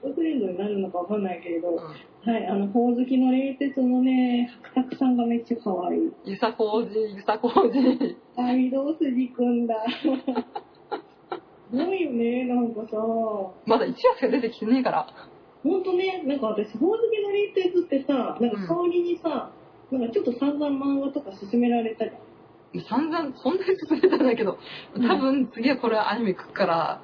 Speaker 1: オフレンドになるのかわかんないけれど
Speaker 2: うん、
Speaker 1: はいあのほおずきの冷徹のね白拓さんがめっちゃ可愛い
Speaker 2: ゆさこうじゆさこうじ
Speaker 1: あいどうすじくんだすごいよねなんかさ
Speaker 2: まだ一話しか出てきてねえから
Speaker 1: ほんとね、なんか私、ほおずきの冷徹ってさ、なんか香りにさ、なんかちょっと散々漫画とか勧められた じゃん。
Speaker 2: 散々そんなに進めたんだけど多分次はこれはアニメ来くから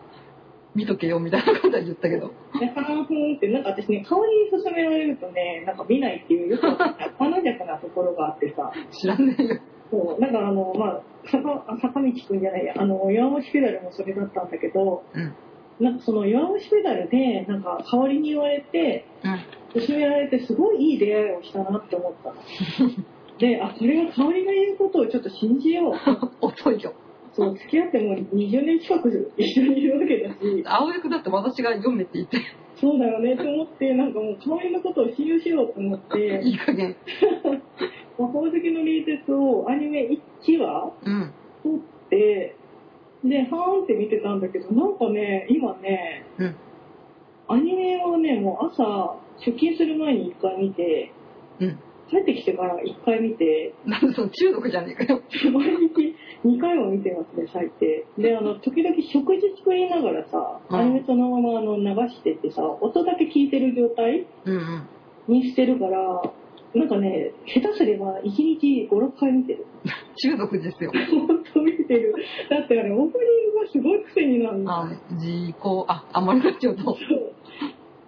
Speaker 2: 見とけよみたいなことは言ったけど
Speaker 1: で、ハーフンって、なんか私ね、香りに勧められるとね、なんか見ないっていうよくわかんない華やかなところがあってさ、
Speaker 2: 知らねえよ
Speaker 1: そう、なんかあの、まあ、坂あ坂道くんじゃないや、あの、弱虫ペダルもそれだったんだけど、
Speaker 2: うん
Speaker 1: なんかその弱虫ペダルで、なんか香りに言われて、
Speaker 2: うん
Speaker 1: 勧められてすごいいい出会いをしたなって思っ たの。で、あ、これは香りが言うことをちょっと信じよう。
Speaker 2: 遅いよ
Speaker 1: そう、付き合ってもう20年近く一緒にいるわけだし、
Speaker 2: 青役だって私が読めって言って
Speaker 1: そうだよねと思って、なんかもう香りのことを信用しようと思って、
Speaker 2: いい加減
Speaker 1: 魔法好きの冷徹をアニメ1話
Speaker 2: うん
Speaker 1: 撮って、で、はーんって見てたんだけど、なんかね、今ね、
Speaker 2: うん
Speaker 1: アニメをね、もう朝、出勤する前に1回見て、
Speaker 2: うん
Speaker 1: 帰ってきてから1回見て、
Speaker 2: なんでその中毒じゃねえかよ
Speaker 1: 毎日2回も見てますね最低であの時々食事作りながらさ
Speaker 2: うん
Speaker 1: アニメそのままあの流してってさ音だけ聞いてる状態
Speaker 2: うんうん
Speaker 1: にしてるからなんかね下手すれば1日56回見てる
Speaker 2: 中毒ですよ
Speaker 1: 本当見てるだってあれオープニングがすごい癖になるん
Speaker 2: あ
Speaker 1: だ
Speaker 2: 自己ああんまりなっちゃうと
Speaker 1: そう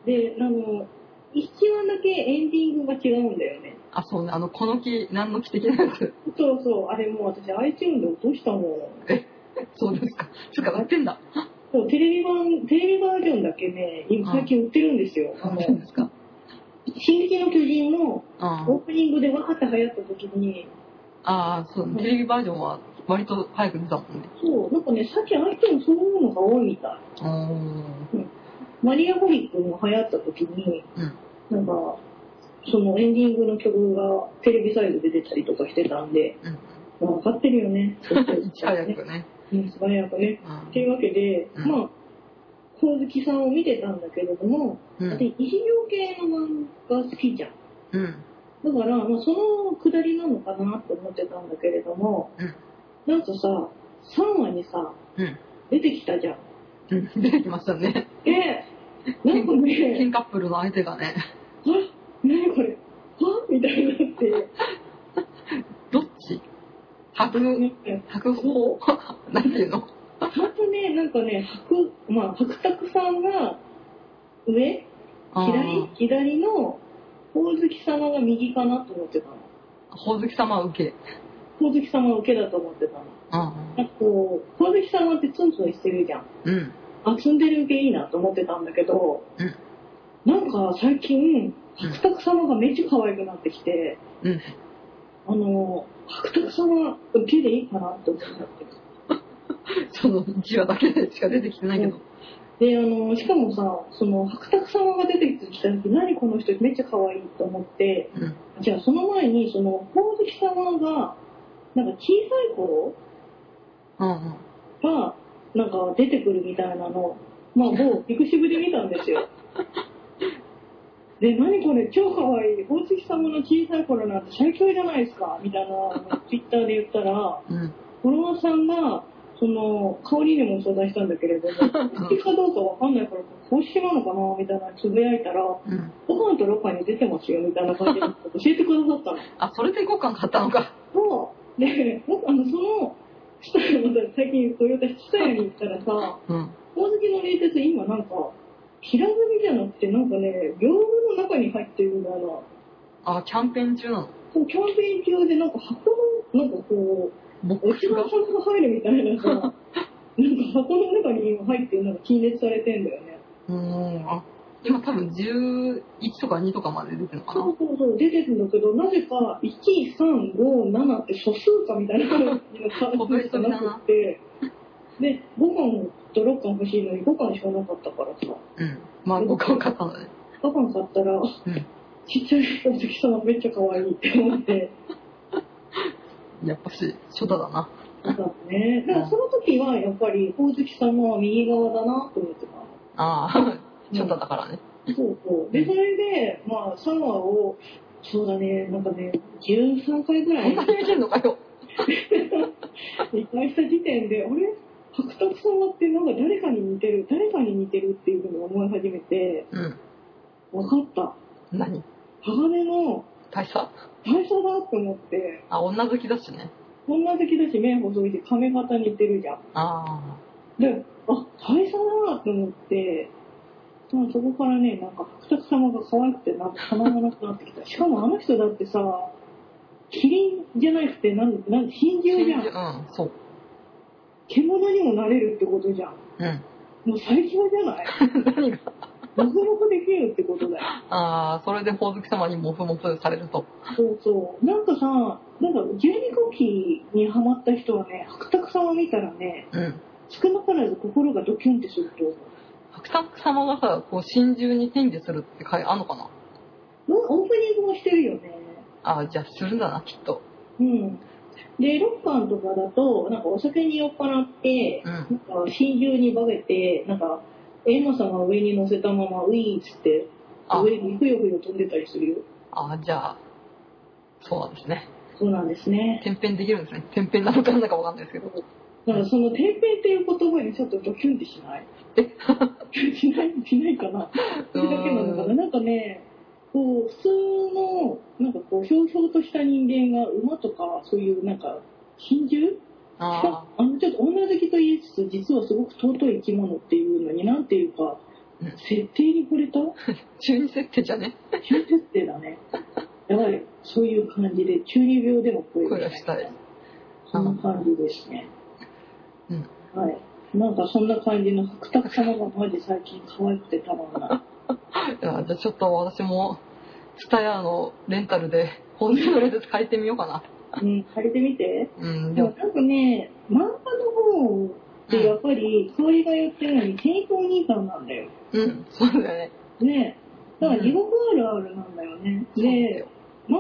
Speaker 1: であの1話だけエンディングが違うんだよね
Speaker 2: あそうねあのこの木何の木的なやつ
Speaker 1: そうそうあれもう私 iTunes で落としたもん
Speaker 2: そうですかつうか売ってんだ
Speaker 1: そそうテレビ版テレビバージョンだけね今最近売ってるんですよ、あの
Speaker 2: ですか
Speaker 1: 「進撃の巨人」の
Speaker 2: あ
Speaker 1: オープニングで若田流行った時に
Speaker 2: あーそうテレビバージョンは割と早く出たもんね
Speaker 1: そうなんかね最近相手もそういうのが多いみたいマリアホリックも流行った時に、なんかそのエンディングの曲がテレビサイドで出たりとかしてたんで、まあ、分かってるよね
Speaker 2: いち早くね、
Speaker 1: うん素早くね
Speaker 2: うん
Speaker 1: っていうわけで、
Speaker 2: うん
Speaker 1: まあ光月さんを見てたんだけれども、
Speaker 2: う
Speaker 1: 私
Speaker 2: ん
Speaker 1: 日常系の漫画好きじゃん
Speaker 2: うん
Speaker 1: だから、まあ、そのくだりなのかなって思ってたんだけれども、なんとさ3話にさ、
Speaker 2: うん
Speaker 1: 出てきたじゃん
Speaker 2: うん出てきましたね
Speaker 1: でなんかね
Speaker 2: 新カップルの相手がね
Speaker 1: 「あ何これはみたいになって
Speaker 2: どっち白
Speaker 1: ね
Speaker 2: 白
Speaker 1: も
Speaker 2: 鵬なんていうの
Speaker 1: またねなんかね白,、まあ、白拓さんが上左左の光月様が右かなと思ってたの
Speaker 2: ほおずき様は受け
Speaker 1: 光月様は受けだと思ってたの
Speaker 2: あ
Speaker 1: なんかこう光月様ってツンツンしてるじゃん
Speaker 2: ーうん
Speaker 1: あツンデレ受けいいなと思ってたんだけど、なんか最近白拓様がめっちゃ可愛くなってきて、
Speaker 2: うん
Speaker 1: あの白拓様受けでいいかなって思って
Speaker 2: その1話だけでしか出てきてないけど、
Speaker 1: であのしかもさその白拓様が出てきた時何この人めっちゃ可愛いと思って
Speaker 2: うん
Speaker 1: じゃあその前にその宝月様がなんか小さい頃
Speaker 2: うんうん、
Speaker 1: がなんか出てくるみたいなのまあ某ピクシブで見たんですよで何これ超かわいい宝石様の小さい頃なんて最強じゃないですかみたいなのをツイッターで言ったら
Speaker 2: うん、
Speaker 1: フォロワーさんがその香りにも相談したんだけれども好きかどうかわかんないから公式なのかなみたいなつぶやいたら
Speaker 2: うん。
Speaker 1: ご飯とロカに出てますよみたいな感じで教えてくださったの
Speaker 2: あ、それで5巻買ったのか。
Speaker 1: そうで僕あのその下へまた最近トヨタ下へに行ったらさ
Speaker 2: うん。
Speaker 1: 宝石の冷徹今なんか平積みじゃなくてなんかね屏風の中に入ってるような
Speaker 2: あ、キャンペーン中なの。
Speaker 1: そうキャンペーン中でなんか箱のなんかこ
Speaker 2: ボッ
Speaker 1: う
Speaker 2: ク
Speaker 1: 落ち
Speaker 2: ス
Speaker 1: 葉
Speaker 2: が
Speaker 1: さ。んが入るみたいなさなんか箱の中に今入ってなんか陳列されてんだよね
Speaker 2: うん。あ、今多分11とか2とかまで出てるのか
Speaker 1: そ
Speaker 2: な。
Speaker 1: うそうそう出てるんだけどなぜか1357って素数かみたいな感じの感
Speaker 2: 僕一
Speaker 1: じ
Speaker 2: 人
Speaker 1: が
Speaker 2: だな
Speaker 1: なく てで5巻と6巻欲しいのに5巻しかなかったからさ
Speaker 2: うん。まあ5巻買ったのね。
Speaker 1: パパン買ったら、ちっちゃいお月様めっちゃ可愛いって思って、
Speaker 2: やっぱし、初太だな。
Speaker 1: だからね、だからその時はやっぱり、大月様は右側だなと思ってた
Speaker 2: ああ、 初太だからね。
Speaker 1: の。そうそう。で、それで、まあ、3話を、そうだね、なんかね、13回ぐら
Speaker 2: こ
Speaker 1: い
Speaker 2: んなに見てんのかよ。
Speaker 1: 見返した時点 で、あれ白拓様ってなんか誰かに似てる、誰かに似てるっていうふうに思い始めて、
Speaker 2: うん。
Speaker 1: 分かった。
Speaker 2: 何
Speaker 1: 鋼の
Speaker 2: 大差
Speaker 1: 大佐だと思って、
Speaker 2: あ、女好きだしね。
Speaker 1: 女好きだし目細いし髪型似てるじゃん。
Speaker 2: あ
Speaker 1: で、あ、大佐だなと思って、まあそこからね、なんか白拓様が可愛くてなんかたまらなくなって きた。しかもあの人だってさ、キリンじゃなくて、なん、なん、真
Speaker 2: あ。
Speaker 1: 獣じゃん。
Speaker 2: うん、そう。
Speaker 1: 獣にもなれるってことじゃん。
Speaker 2: うん。
Speaker 1: もう最強じゃない
Speaker 2: 何が
Speaker 1: もふもふできるってことだよ。
Speaker 2: ああ、それで宝月様にモフモフされると。
Speaker 1: そうそう。なんかさ、なんか12号機にハマった人はね、白拓様見たらね、
Speaker 2: うん。
Speaker 1: 少なからず心がドキュンってすると思う。
Speaker 2: 白拓様がさ、こう、真珠に転下するって回あんのかな
Speaker 1: オープニングもしてるよね。
Speaker 2: ああ、じゃあするんだな、きっと。
Speaker 1: うんで、ロッカーとかだと、なんかお酒に酔っ払って、
Speaker 2: うん
Speaker 1: なんか真珠に化けて、なんか、エマさんが上に乗せたまま、ウィーンっつって、
Speaker 2: あ
Speaker 1: 上にふよふよ飛んでたりするよ。
Speaker 2: あ、じゃあ、そうなんですね。
Speaker 1: そうなんですね。
Speaker 2: 天変できるんですね。天変なのかなんだかわかんないですけど。
Speaker 1: だからその、天平っていう言葉にちょっとドキュンってしない しない、しないかな。それだけなのかな。なんかね、こう、普通の、なんかこう、ひょうひょうとした人間が馬とか、そういうなんか、真珠
Speaker 2: あ
Speaker 1: あのちょっと女好きと言いつつ実はすごく尊い生き物っていうのになんていうか
Speaker 2: うん
Speaker 1: 設定に惚れた
Speaker 2: あ、中二設定じゃね
Speaker 1: 中設定だね やばいそういう感じで中二病でも声
Speaker 2: 声
Speaker 1: が
Speaker 2: がしたい。
Speaker 1: そんな感じですね
Speaker 2: うん
Speaker 1: はいなんかそんな感じの白沢様がマジ最近可愛くてたまんない
Speaker 2: やじゃあちょっと私も、ツタヤのレンタルで、本当のレンタル借りてみようかな。
Speaker 1: い。うん、借りてみて。
Speaker 2: うん、
Speaker 1: で
Speaker 2: で
Speaker 1: も
Speaker 2: も、
Speaker 1: 多分ね、漫画の方ってやっぱり、香りが言ってるように、天候兄さんなんだよ。
Speaker 2: うん、そうだよね。
Speaker 1: ねだから地獄あるあるなんだよね。
Speaker 2: そうだ
Speaker 1: で、
Speaker 2: よ
Speaker 1: 漫画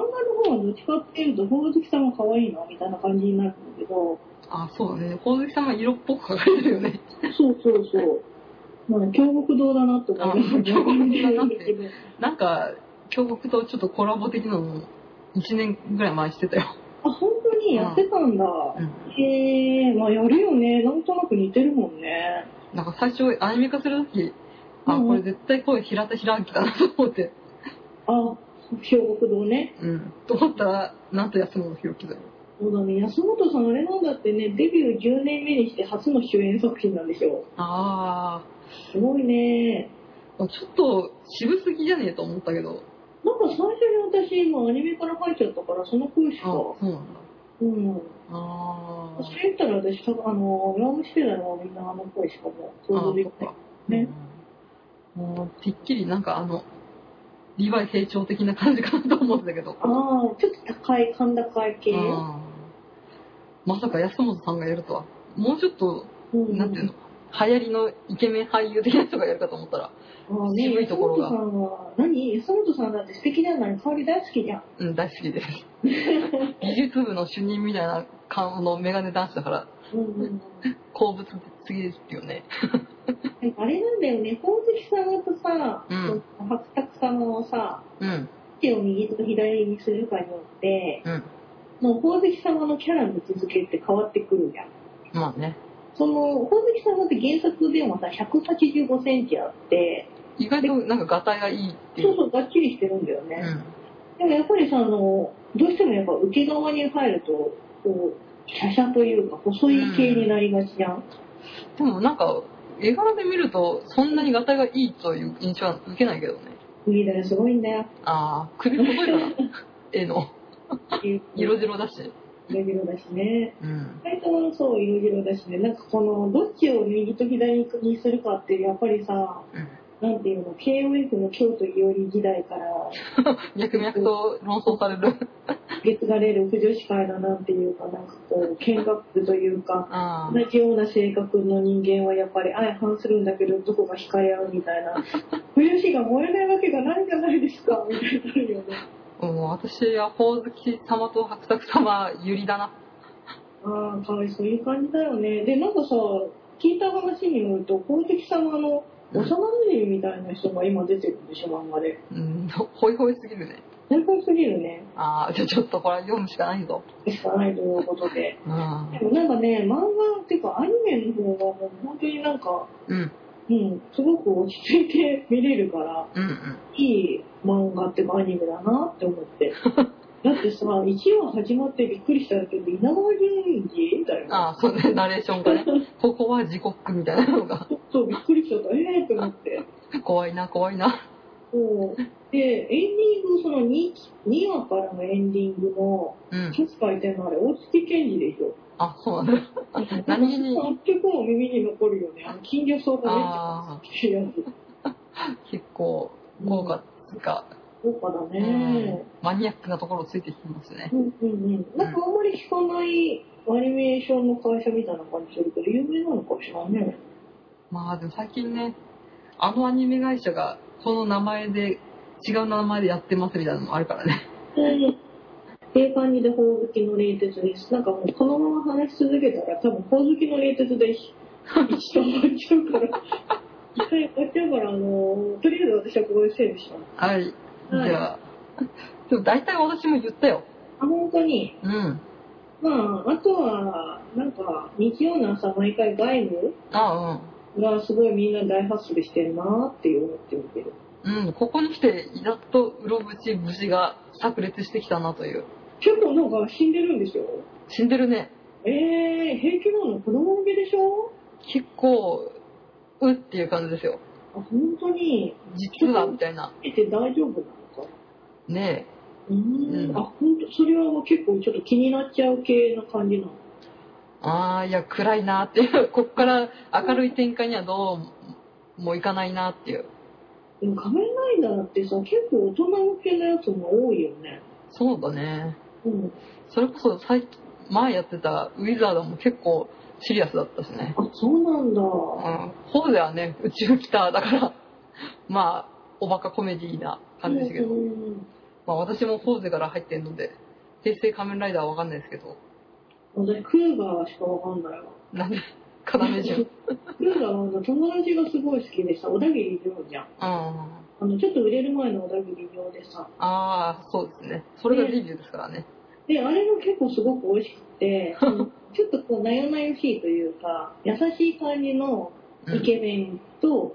Speaker 1: の方はどっちかっていうと、ほおずきさんは可愛いな、みたいな感じになるんだけど、
Speaker 2: あ、そうだね。ほおずきさんは色っぽく描かれてるよね。
Speaker 1: そうそうそう。まあ、京極堂だなって思いますね。
Speaker 2: あ京極堂だなってなんか、京極とちょっとコラボ的なの、1年ぐらい前にしてたよ。
Speaker 1: あ、本当にやってたんだ。
Speaker 2: うん。
Speaker 1: へえ、まあやるよね。なんとなく似てるもんね。
Speaker 2: なんか最初、アニメ化するとき、あ、
Speaker 1: うん
Speaker 2: これ絶対声平田平明だなと思って、
Speaker 1: あ、京極堂ね。
Speaker 2: うん。と思ったら、なんと安物ひろきだよ。
Speaker 1: そうだね。安本さん、あれなんだってね、デビュー10年目にして初の主演作品なんですよ。
Speaker 2: あ
Speaker 1: すごいね。
Speaker 2: ー。ちょっと、渋すぎじゃねえと思ったけど。
Speaker 1: なんか最初に私、今アニメから入っちゃったから、その空し
Speaker 2: あ、
Speaker 1: か。
Speaker 2: そうなんだ。
Speaker 1: うん。
Speaker 2: あ
Speaker 1: それ言ったら私、多分あの、浦和世代はみんなあの声しかもう
Speaker 2: ー。
Speaker 1: 想
Speaker 2: あ
Speaker 1: 像で
Speaker 2: ー、
Speaker 1: き
Speaker 2: そ
Speaker 1: な
Speaker 2: っ
Speaker 1: い
Speaker 2: か。。
Speaker 1: ね
Speaker 2: うん。もう、てっきりなんかあの、リヴァイ成長的な感じかなと思うんだけど。
Speaker 1: ああ、ちょっと高い、甲高い系。
Speaker 2: あーまさか安本さんがやるとは。もうちょっと、
Speaker 1: うん
Speaker 2: なんていうの、流行りのイケメン俳優的な人がやるかと思ったら、
Speaker 1: ああね、
Speaker 2: 渋いところが
Speaker 1: 安本さんは、何安本さんだって素敵じゃない香り大好きじゃん。
Speaker 2: うん、大好きです。美術部の主任みたいな顔のメガネ男子だから、
Speaker 1: うん うん
Speaker 2: 好物すぎですよね。
Speaker 1: うん、あれなんだよね、宝月さんとさ、
Speaker 2: うん
Speaker 1: 白沢さんをさ、
Speaker 2: うん、
Speaker 1: 手を右と左にするかによって、
Speaker 2: うん。
Speaker 1: もう宝月様のキャラの位置づけって変わってくるじゃん。
Speaker 2: まあね。
Speaker 1: その、宝月様って原作でもさ、185センチあって、
Speaker 2: 意外となんかガタイがいいってい
Speaker 1: そう
Speaker 2: う。
Speaker 1: そう、がっちりしてるんだよ
Speaker 2: う
Speaker 1: ね。
Speaker 2: ん。
Speaker 1: でもやっぱりさ、あの、どうしてもやっぱ受け側に入ると、こう、シャシャというか、細い系になりがちじゃん。
Speaker 2: でもなんか、絵柄で見ると、そんなにガタイがいいという印象は受けないけどね。
Speaker 1: いいだよ、すごいんだよ。
Speaker 2: ああ、首細いから、絵の。色白だし。
Speaker 1: 色白だしね。
Speaker 2: うん。
Speaker 1: 二人ともそう色白だしね、なんかこのどっちを右と左にするかってやっぱりさ、
Speaker 2: うん
Speaker 1: なんていうの、KOF の京都伊織時代から
Speaker 2: 脈々と論争される。
Speaker 1: 受け継がれる婦女子会だなんていうか、なんかこう、見学部というか、
Speaker 2: あ
Speaker 1: 同じような性格の人間はやっぱり相反するんだけど、どこが惹かれ合うみたいな、婦女子が燃えないわけがないじゃないですか、みたいになるよね。
Speaker 2: あ。もう私は、ほおずき様と白作様、ゆりだな。
Speaker 1: ああ、かわいい、そういう感じだよね。で、なんかさ、聞いた話によると、宝石様の幼馴染みたいな人が今出てるんでしょ、漫画で。
Speaker 2: うん、ほいほいすぎるね。
Speaker 1: 先輩すぎるね。
Speaker 2: ああ、じゃあちょっとこれは読むしかないぞ。
Speaker 1: しかないということで。
Speaker 2: う
Speaker 1: で。
Speaker 2: ん
Speaker 1: もなんかね、漫画っていうかアニメの方はもう本当になんか、
Speaker 2: うん、
Speaker 1: うん、すごく落ち着いて見れるから、
Speaker 2: うん、うん。
Speaker 1: いい漫画っていうかアニメだなって思 って。だってさ、1話始まってびっくりしたけど、稲川淳二だよ。
Speaker 2: ああ、そうね、ナレーション がね。ここは地獄みたいなのが、
Speaker 1: ちょっとびっくりしちゃった。ええー、って思っ て。
Speaker 2: 怖いな、怖いな。
Speaker 1: そう。で、エンディング、その 2, 2話からのエンディングの、
Speaker 2: うん。
Speaker 1: キャス書いてるのあれ、大月健二でしょ。
Speaker 2: あ、そうなんだ。何気に
Speaker 1: あの曲も耳に残るよね。あの、金魚草がめっちゃ
Speaker 2: あ
Speaker 1: 好きなやつ。
Speaker 2: あ、結構、豪華っつうか、
Speaker 1: 豪華だ
Speaker 2: う
Speaker 1: ね
Speaker 2: ん。マニアックなところついてきてますね。
Speaker 1: うんうんうん。なんかあんまり聞かないアニメーションの会社みたいな感じするけど、有名なのかもしらんね。
Speaker 2: まあ、でも最近ね、あのアニメ会社が、この名前で、違う名前でやってますみたいなのもあるからね。
Speaker 1: うんっていう感じで、ほおずきの冷徹です。なんかもう、このまま話し続けたら、多分、ほおずきの冷徹で、一度終わっちゃうから、一回終わっちゃうから、あのーとりあえず私はここでセーブします。
Speaker 2: はい。じ
Speaker 1: はい
Speaker 2: ゃあ、でも大体私も言ったよ。
Speaker 1: あ、本当に。
Speaker 2: うん。
Speaker 1: まあ、あとは、なんか、日曜の朝、毎回外部
Speaker 2: あ
Speaker 1: がすごいみんな大ハッスルしてるなって思って見てる。
Speaker 2: あ、うん。うん、ここに来て、やっと、うろぶち、ぶちが炸裂してきたなという。
Speaker 1: 結構なんか死んでるんでしょ
Speaker 2: 死んでるね。
Speaker 1: えー、平気なの子供向けでしょ
Speaker 2: 結構、うっていう感じですよ。
Speaker 1: あ、本当に、
Speaker 2: 実は、みたいな。
Speaker 1: えて大丈夫なのか
Speaker 2: ね
Speaker 1: うーん
Speaker 2: うん
Speaker 1: あ、本当それは結構ちょっと気になっちゃう系な感じなの。
Speaker 2: え。ああいや暗いなっていう こっから明るい展開にはどうもいかないなっていう
Speaker 1: でも仮面ライダーってさ、結構大人向けのやつも多いよね。
Speaker 2: そうだね
Speaker 1: うん。
Speaker 2: それこそ最近前やってたウィザードも結構シリアスだったしね
Speaker 1: あ、そうなんだ。
Speaker 2: うんこうではね宇宙来ただから まあおバカコメディーな感じですけど、
Speaker 1: うん
Speaker 2: まあ、私もフォーゼから入ってるので平成仮面ライダーは分かんないですけど
Speaker 1: 私、クーガーしかわかんないわ。
Speaker 2: なんで 要潤
Speaker 1: クーガーはさ友達がすごい好きでさ、小田切城じゃん。
Speaker 2: うん
Speaker 1: あの、ちょっと売れる前の小田切城でさ。
Speaker 2: ああそうですねそれがデビューですからね
Speaker 1: で、あれが結構すごく美味しく て、ちょっとこう、なよなよしいというか、優しい感じの
Speaker 2: うん
Speaker 1: イケメンと、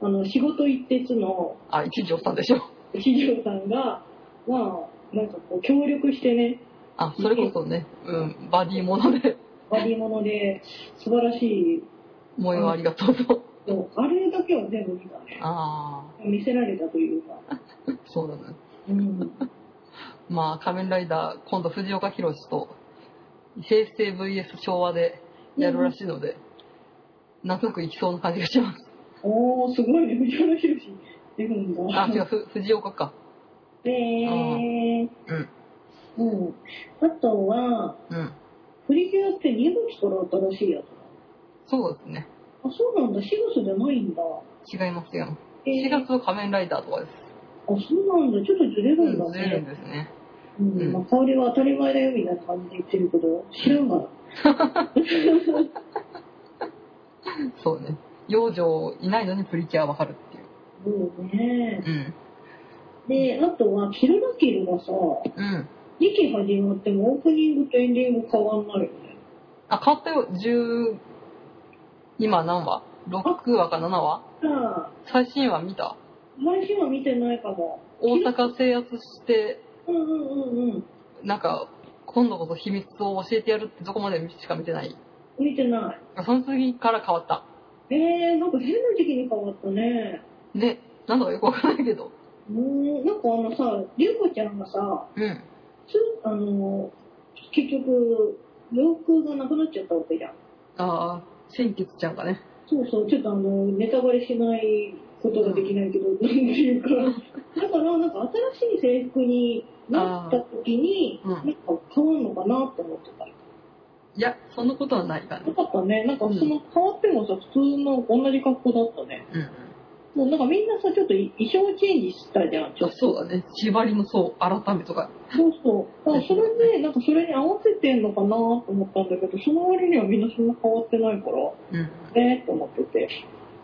Speaker 1: あの、仕事一徹の
Speaker 2: あ一条さん でしょ
Speaker 1: 市場さんが、まあ、なんかこう、協力してね、
Speaker 2: あそれこそね、うん、バディもので
Speaker 1: 割り物で素晴らしい
Speaker 2: 「萌えをありがとうと」
Speaker 1: の、あれだけは全部見たね。
Speaker 2: あ
Speaker 1: 見せられたというか。
Speaker 2: あそうだね
Speaker 1: うん。
Speaker 2: まあ仮面ライダー今度藤岡弘と平成 VS 昭和でやるらしいので、なんとなくいきそうな感じがします
Speaker 1: おー、すごいね、藤原宏出るんだ。
Speaker 2: あ違うふ藤岡か
Speaker 1: で
Speaker 2: うん
Speaker 1: うん。あとは、
Speaker 2: うん
Speaker 1: プリキュアって2月から新しいやつ
Speaker 2: そうですね
Speaker 1: あ、そうなんだ、4月じゃないんだ。
Speaker 2: 違いますよ
Speaker 1: え
Speaker 2: 4
Speaker 1: ーあ、
Speaker 2: 月は仮面ライダーとかです
Speaker 1: そうなんだ、ちょっとずれる
Speaker 2: うん
Speaker 1: だ
Speaker 2: んずれるん
Speaker 1: ね。
Speaker 2: ですね
Speaker 1: うん、
Speaker 2: うん
Speaker 1: まあ、香りは当たり前だよみたいな感じで言ってるけど、知らんがな。
Speaker 2: そうね養女いないのにプリキュアわかるっていう
Speaker 1: そうね。
Speaker 2: うん
Speaker 1: で、あとは、キルラキルがさ、
Speaker 2: うん。
Speaker 1: 2期始まってもオープニングとエンディング変わんないよね。
Speaker 2: あ、変わったよ。10、今何話 ?6 話か7話
Speaker 1: さあ、
Speaker 2: 最新話見た
Speaker 1: 来週は見てないかも。
Speaker 2: 大阪制圧して、
Speaker 1: うんうんうんうん。
Speaker 2: なんか、今度こそ秘密を教えてやるってとこまでしか見てない。
Speaker 1: 見てない。
Speaker 2: その次から変わった。
Speaker 1: えー、なんか変な時期に変わったね。
Speaker 2: ね、なんだかよくわかんないけど。
Speaker 1: うーん、なんかあのさ、りゅうこちゃんがさ、
Speaker 2: うん。
Speaker 1: つあの、結局、洋服がなくなっちゃったわけじゃん。
Speaker 2: ああ、新血ちゃんがね。
Speaker 1: そうそう、ちょっとあの、ネタバレしないことができないけ ど、なんていうか、だから、なんか新しい制服になった時に、
Speaker 2: あーうん
Speaker 1: なんか変わるのかなって思ってた。
Speaker 2: いや、そんなことはないか
Speaker 1: よ。かったね。なんかその変わってもさ、普通の同じ格好だったね。
Speaker 2: うん。
Speaker 1: もうなんかみんなさ、ちょっとい衣装チェンジしたじゃん、ちょっと。
Speaker 2: そうだね。縛りの層、改めとか。
Speaker 1: そうそう。だからそれで、なんかそれに合わせてんのかなと思ったんだけど、その割にはみんなそんな変わってないから、
Speaker 2: うん。
Speaker 1: えーと思ってて。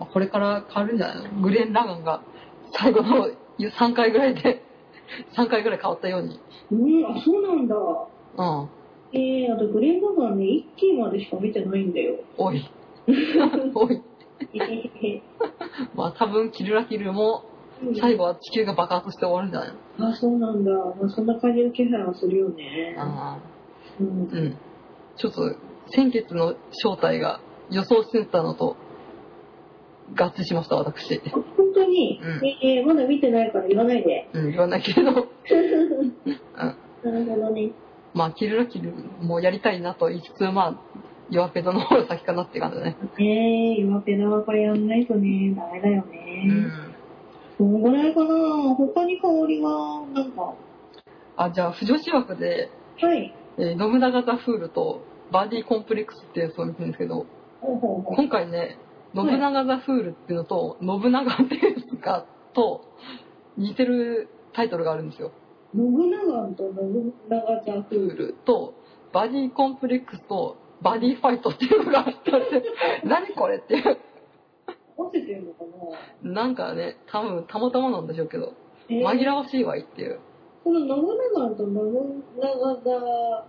Speaker 2: まあこれから変わるんじゃないのグレン・ラガンが最後の3回ぐらいで 3回ぐらい変わったように
Speaker 1: うん、あ、そうなんだ。
Speaker 2: うん
Speaker 1: えー、あとグレン・ガガンね、一期までしか見てないんだよ。
Speaker 2: 多 い多い
Speaker 1: えへへへ
Speaker 2: まあ多分キルラキルも最後は地球が爆発して終わるんじゃないの
Speaker 1: あ、そうなんだ。まあ、そんな感じの気配はするよね。
Speaker 2: あ
Speaker 1: う
Speaker 2: ー
Speaker 1: ん。
Speaker 2: うんちょっと先月の正体が予想してたのと合致しました私、
Speaker 1: あ本当に、
Speaker 2: うん
Speaker 1: えーまだ見てないから言わないで。
Speaker 2: うん、言わないけれど
Speaker 1: なるほどね。
Speaker 2: まあキルラキルもやりたいなと言いつつまあ弱ペドの方が先かなって感じだね
Speaker 1: えー、今ペナはこれやんないとね、ダメだよね
Speaker 2: う。ん
Speaker 1: どのぐらいかな他に香りは、なんか、は
Speaker 2: あじゃあ不女子枠で
Speaker 1: い。
Speaker 2: えー、ノムダガザフールとバディコンプレックスってやつを見てるんですけど、
Speaker 1: ほうほうほう。
Speaker 2: 今回ね、ノブナガザフールっていうのと、ノブナガっていうやつが、と、似てるタイトルがあるんですよ。
Speaker 1: 信長と信長ちゃん
Speaker 2: フールと、バディコンプレックスと、バディファイトっていうのがあったんで、何これっていう。
Speaker 1: 合わせてんのかな
Speaker 2: なんかね、多分たまたまなんでしょうけど、
Speaker 1: えー
Speaker 2: 紛らわしいわいっていう。
Speaker 1: この信長と信長が、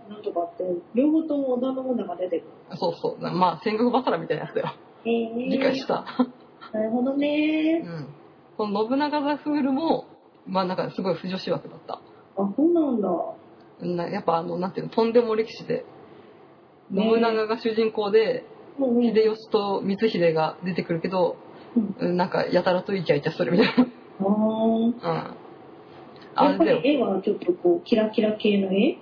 Speaker 1: なんとかって、両方とも織田信長出てくる。
Speaker 2: そうそう。まあ、戦国バサラみたいなやつだよ。
Speaker 1: えー、
Speaker 2: 理解した。
Speaker 1: なるほど
Speaker 2: う
Speaker 1: ね。
Speaker 2: ん。この信長ザフールも、まあなんかすごい不女子枠だった。
Speaker 1: あ、そうなんだ。
Speaker 2: なやっぱあのなんていうのとんでも歴史で
Speaker 1: ね
Speaker 2: 信長が主人公で
Speaker 1: うんうん
Speaker 2: 秀吉と光秀が出てくるけど、うんなんかやたらとイチャイチャするみたい
Speaker 1: あー
Speaker 2: な、うん、あ
Speaker 1: やっ
Speaker 2: れ
Speaker 1: ぱ
Speaker 2: だよ
Speaker 1: り絵はちょっとこう、キラキラ系の絵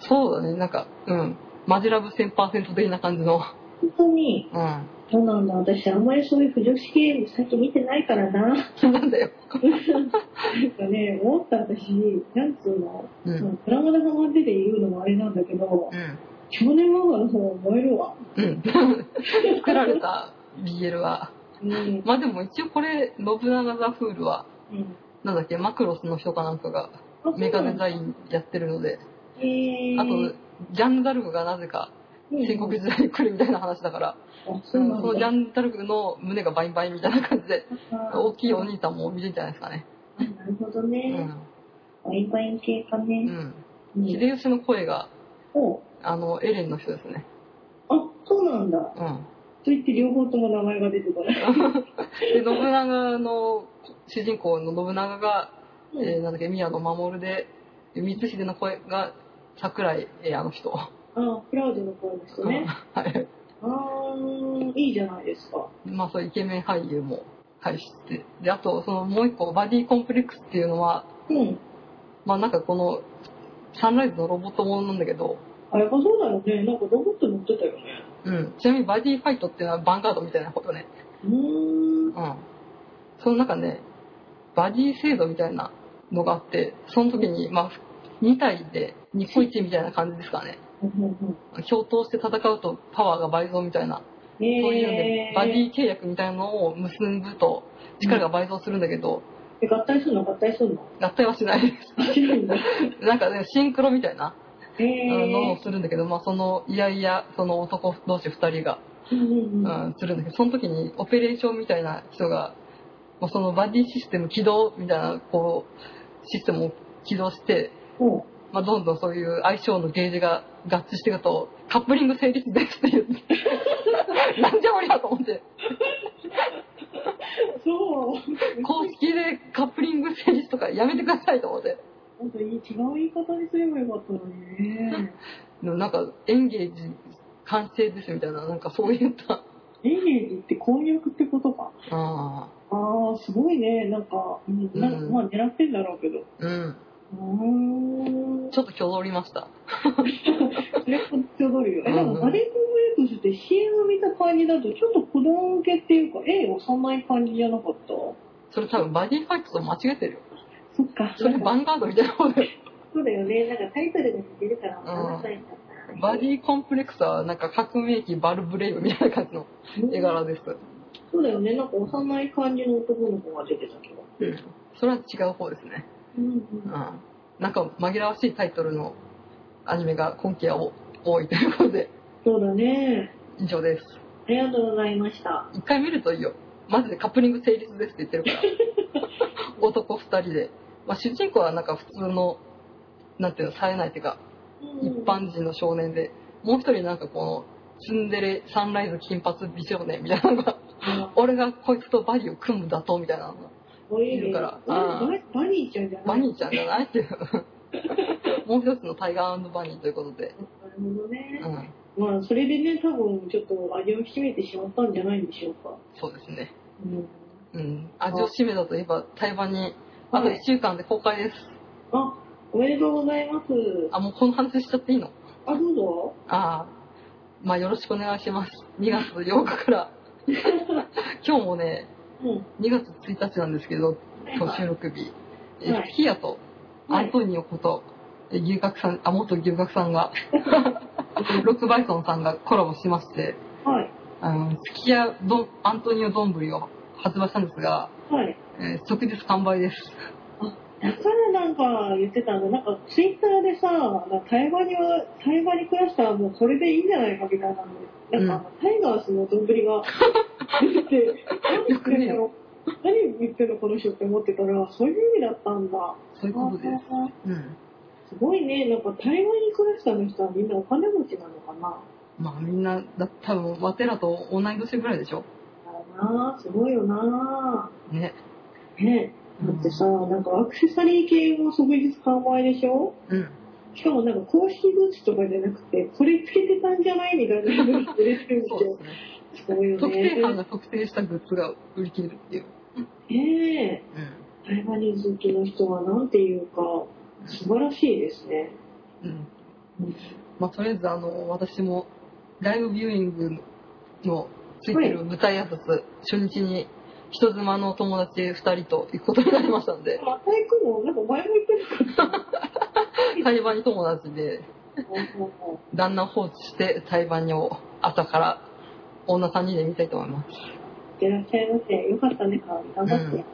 Speaker 2: そうだねなんかうんマジラブ1000%的な感じの。
Speaker 1: 本当に、
Speaker 2: うん。
Speaker 1: そうなんだ。私、あんまりそういう不女子系、最近見てないからな。なん
Speaker 2: なんだよ。
Speaker 1: かね、思った私、なんつうの、
Speaker 2: う
Speaker 1: そ
Speaker 2: ん。
Speaker 1: のドラマでハマってて言うのもあれなんだけど、
Speaker 2: うん。
Speaker 1: 少年漫画の方は燃えるわ。
Speaker 2: うん。作られた BL は。
Speaker 1: うん。うん。
Speaker 2: まあでも一応これ、信長ザフールは、なんだっけ、マクロスの人かなんかがメガネ
Speaker 1: イ
Speaker 2: ザインやってるので、
Speaker 1: えー、
Speaker 2: あと、ジャンダルクがなぜか戦国時代に来るみたいな話だから、
Speaker 1: あ
Speaker 2: う
Speaker 1: そうんなん
Speaker 2: そのジ
Speaker 1: だ
Speaker 2: ャンダルクの胸がバインバインみたいな感じで、
Speaker 1: あ
Speaker 2: 大きいお兄さんも見れるんじゃないですかね。
Speaker 1: あなるほど
Speaker 2: う
Speaker 1: ね。
Speaker 2: ん。
Speaker 1: ワインワイン系か
Speaker 2: う
Speaker 1: ね。
Speaker 2: ん。
Speaker 1: うん
Speaker 2: 秀吉の声が、
Speaker 1: お
Speaker 2: あの、エレンの人ですね。
Speaker 1: あ、そうなんだ。
Speaker 2: うん。
Speaker 1: と言って両方とも名前が出てこない。
Speaker 2: で、信長の、主人公の信長が、
Speaker 1: うん
Speaker 2: えーなんだっけ、宮野守で、光秀の声が、桜井、えーあの人。
Speaker 1: あ、クラウドの声ですね。
Speaker 2: うん はい。
Speaker 1: あー、いいじゃないですか。
Speaker 2: まあ、そういうイケメン俳優も、はい、知って。で、あと、その、もう一個、バディコンプレックスっていうのは、
Speaker 1: うん。
Speaker 2: まあ、なんかこの、サンライズのロボットものなんだけど、
Speaker 1: あ、やっぱそうだよね。なんかロボット乗ってたよね。
Speaker 2: うん。ちなみに、バディファイトっていうのは、バンガードみたいなことね。
Speaker 1: うーん。
Speaker 2: うん。その中で、バディ制度みたいなのがあって、その時に、まあ、2体で日本一みたいな感じですかね。共闘して戦うとパワーが倍増みたいな、
Speaker 1: え
Speaker 2: そういうね
Speaker 1: え
Speaker 2: バディ契約みたいなのを結ぶと力が倍増するんだけど、
Speaker 1: え、合体するの合体す るの
Speaker 2: 合体はしないです。
Speaker 1: あ違うんだ。
Speaker 2: なんかね、シンクロみたいな
Speaker 1: え
Speaker 2: あのを
Speaker 1: え
Speaker 2: するんだけど、まあその、いやいや、その男同士2人が、
Speaker 1: うんうんうん。
Speaker 2: うん、するんだけど、その時にオペレーションみたいな人が、まあ、そのバディシステム起動みたいな、こう、システムを起動して、
Speaker 1: お
Speaker 2: まあ、どんどんそういう相性のゲージが合致していくと、カップリング成立ですって 言って、なんじゃおりゃと思って、
Speaker 1: そう。
Speaker 2: 公式でカップリング成立とかやめてくださいと思って、
Speaker 1: なんかいい違う言い方にすればよかったのにね。
Speaker 2: でもなんかエンゲージ完成ですみたいな、なんかそういった、
Speaker 1: エイエージって婚約ってことか。
Speaker 2: ああ、
Speaker 1: ああ、すごいね。なんか、うん、な
Speaker 2: うん
Speaker 1: まあ狙ってんだろうけど。
Speaker 2: うん、
Speaker 1: うーん。
Speaker 2: ちょっと挙動りました。
Speaker 1: それこっち踊るよ。え、で
Speaker 2: うんう
Speaker 1: も
Speaker 2: ん
Speaker 1: バディコンブレックスって CM 見た感じだと、ちょっと子供向けっていうか、絵を幼い感じじゃなかった
Speaker 2: それ多分バディファイトと間違えてるよ。
Speaker 1: そっか。
Speaker 2: それバンガードみたいな方だよ。
Speaker 1: そうだよね。なんかタイトルが似てるから、
Speaker 2: うん
Speaker 1: 7歳だった。
Speaker 2: バディコンプレックスはなんか革命機バルブレイブみたいな感じの絵柄です。
Speaker 1: そうだよね。なんか幼い感じの男の子が出てたけど。
Speaker 2: うん。それは違う方ですね。
Speaker 1: うんう。
Speaker 2: うんん。なんか紛らわしいタイトルのアニメが今季は多いということで、
Speaker 1: そうだね。
Speaker 2: 以上です。
Speaker 1: ありがとうございました。
Speaker 2: 一回見るといいよ。マジでカップリング成立ですって言ってるから。男二人で。まあ、主人公はなんか普通の、なんていうの、冴えないっていうか、一般人の少年で、もう一人なんかこの、ツンデレ、サンライズ金髪美少年みたいなのが
Speaker 1: うん。
Speaker 2: 俺がこいつとバディを組むだとみたいなのが
Speaker 1: おい
Speaker 2: い
Speaker 1: で
Speaker 2: るから
Speaker 1: バ
Speaker 2: あ
Speaker 1: ババニーちゃんじゃない
Speaker 2: バニーちゃんじゃないっていうもう一つのタイガーバニーということで、
Speaker 1: なるほどね
Speaker 2: う。ん、
Speaker 1: まあ、それでね、多分ちょっと味を占めてしまったんじゃないんでしょうか。
Speaker 2: そうですね、
Speaker 1: うん。
Speaker 2: うん、味を占めたといえば台湾にあと
Speaker 1: は
Speaker 2: 1
Speaker 1: い。
Speaker 2: 週間で公開です
Speaker 1: あ、おめでとうございます。
Speaker 2: あもうこの話しちゃっていいの
Speaker 1: あ、どうぞ。
Speaker 2: ああまあよろしくお願いします2月8日から 今日もね
Speaker 1: うん。
Speaker 2: 2月1日なんですけど今日収録日、え
Speaker 1: はい
Speaker 2: ヒアとアントニオこと、え牛角さんあ元牛角さんがロックバイソンさんがコラボしまして
Speaker 1: はい。
Speaker 2: あの、すき家どアントニオ丼を発売したんですが、
Speaker 1: はい。
Speaker 2: えー即日完売です。
Speaker 1: だからなんか言ってたんだ。なんかツイッターでさ、なんか台湾には、台湾に暮らしたらもうこれでいいんじゃないかみたいなので、なんか、タイガースの丼が出て て、何言ってんだろう何言ってんのこの人って思ってたら、そういう意味だったんだ。
Speaker 2: そういうことです。うん。
Speaker 1: すごいね、なんか台湾に暮らしたの人はみんなお金持ちなのかな。
Speaker 2: まあみんな、だ多分、ワテらと同い年ぐらいでしょ
Speaker 1: だよな、すごいよな。
Speaker 2: ね。
Speaker 1: ね、だってさ、なんかアクセサリー系も即日完売でしょ
Speaker 2: うん。
Speaker 1: しかもなんか公式グッズとかじゃなくて、これつけてたんじゃないみたいなのが売れてるん
Speaker 2: そう
Speaker 1: で
Speaker 2: ですね。
Speaker 1: すごいよ
Speaker 2: 特定班
Speaker 1: ね。
Speaker 2: が特定したグッズが売り切れるっていう。
Speaker 1: ねえ、台湾人好きの人はなんていうか、素晴らしいですね。
Speaker 2: うん。うん。まあ、とりあえずあの私もライブビューイングのついてる舞台挨拶初日に人妻の友達2人と行くことになりましたんで
Speaker 1: また行くのなんか前も行く
Speaker 2: 台湾に友達で
Speaker 1: のかな
Speaker 2: 旦那を放置して台湾を朝から女3人で見たいと思います
Speaker 1: いらっしゃいませ。よかったね、かわり。頑張って。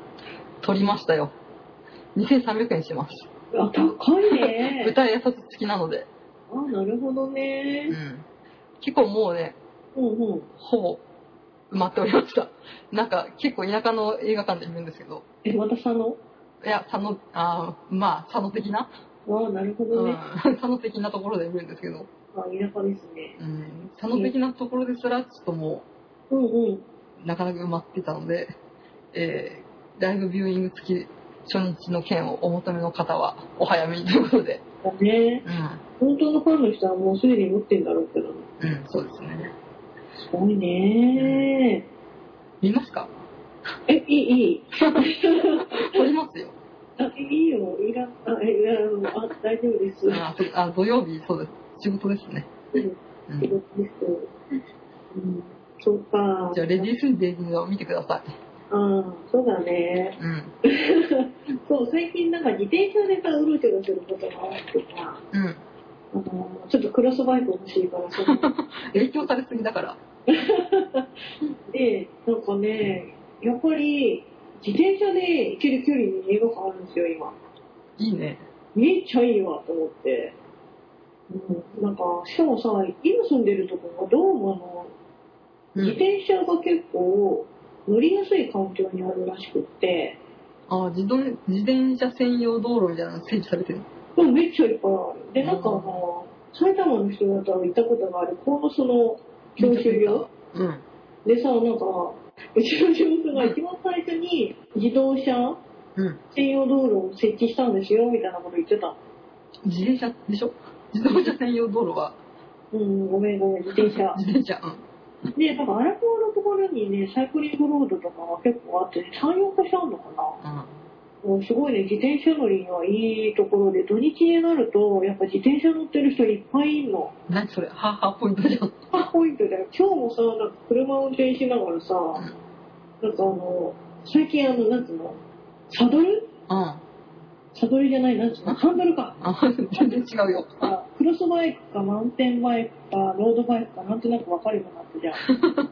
Speaker 2: 取りましたよ2300円します
Speaker 1: あ、高い
Speaker 2: 舞
Speaker 1: ね。
Speaker 2: 台挨拶付きなので、
Speaker 1: あ、なるほどね
Speaker 2: う。ん、結構もうね
Speaker 1: うんうん。
Speaker 2: ほぼ埋まっておりましたなんか結構田舎の映画館で見るんですけど
Speaker 1: え、また佐野
Speaker 2: いや佐野あーまあ佐野的な、
Speaker 1: あ、なるほ
Speaker 2: う
Speaker 1: ど
Speaker 2: ん
Speaker 1: ね。、
Speaker 2: 佐野的なところで見るんですけど、
Speaker 1: あ、田舎ですね。
Speaker 2: うん、佐野的なところですらちょっとも
Speaker 1: うんうん。
Speaker 2: うなかなか埋まってたので、えー、ライブビューイング付き初日の券をお求めの方はお早めにということで、
Speaker 1: だね。
Speaker 2: うん
Speaker 1: 本当のファンの人はもうすでに持ってんだろうけど。
Speaker 2: うん、そうですね
Speaker 1: すごいね。
Speaker 2: 見ますか
Speaker 1: え、いい、いい。
Speaker 2: 撮りますよ
Speaker 1: あ、いいよ。いらん、あ、え、いらんあ、大丈夫です。
Speaker 2: あそうあ土曜日そうです仕事ですね、
Speaker 1: うん
Speaker 2: うん
Speaker 1: 仕事です。うん。そうか。
Speaker 2: じゃあレディース・デイジーを見てください
Speaker 1: ああ、そうだね。
Speaker 2: うん
Speaker 1: そう、最近なんか自転車でさ、うろちょろすることが多くてさ、
Speaker 2: うん
Speaker 1: あの、ちょっとクロスバイク欲しいからさ、
Speaker 2: 影響されすぎだから
Speaker 1: で、なんかね、やっぱり、自転車で行ける距離に映画館あるんですよ、今。
Speaker 2: いいね
Speaker 1: めっちゃいいわ、と思って。うん、なんか、しかもさ、今住んでるとこがどうもあ
Speaker 2: う
Speaker 1: の、自
Speaker 2: ん、
Speaker 1: 転車が結構乗りやすい環境にあるらしくって、
Speaker 2: あ自動自転車専用道路みたいなの整備されてる
Speaker 1: でもめっちゃいっぱいある。で、なんかあ
Speaker 2: うん
Speaker 1: の、埼玉の人だと行ったことがある、鴻巣の教習所
Speaker 2: うん
Speaker 1: でさ、なんか、うちの地元が一番最初に自動車
Speaker 2: うん
Speaker 1: 専用道路を設置したんですよ、みたいなこと言ってた。
Speaker 2: 自転車でしょ自動車専用道路は
Speaker 1: うん、ごめんごめん、自転車。
Speaker 2: 自転車う
Speaker 1: で、なんか荒川のところにね、サイクリングロードとかが結構あって、3、4個しちゃうのかな。
Speaker 2: ん、うん、
Speaker 1: もうすごいね、自転車乗りにはいいところで、土日になると、やっぱ自転車乗ってる人いっぱいいるの。
Speaker 2: 何それハーハーポイントじゃん
Speaker 1: あ、ポイントだよ。今日もさ、なんか車を運転しながらさ、なんかあの、最近あの、なんつうの、サドル
Speaker 2: うん
Speaker 1: サドルじゃない、なんつうの、ハンドルか。
Speaker 2: あ全然違うよ
Speaker 1: あクロスバイクか、マウンテンバイクか、ロードバイクか、なんとなくわかるようになったじゃん。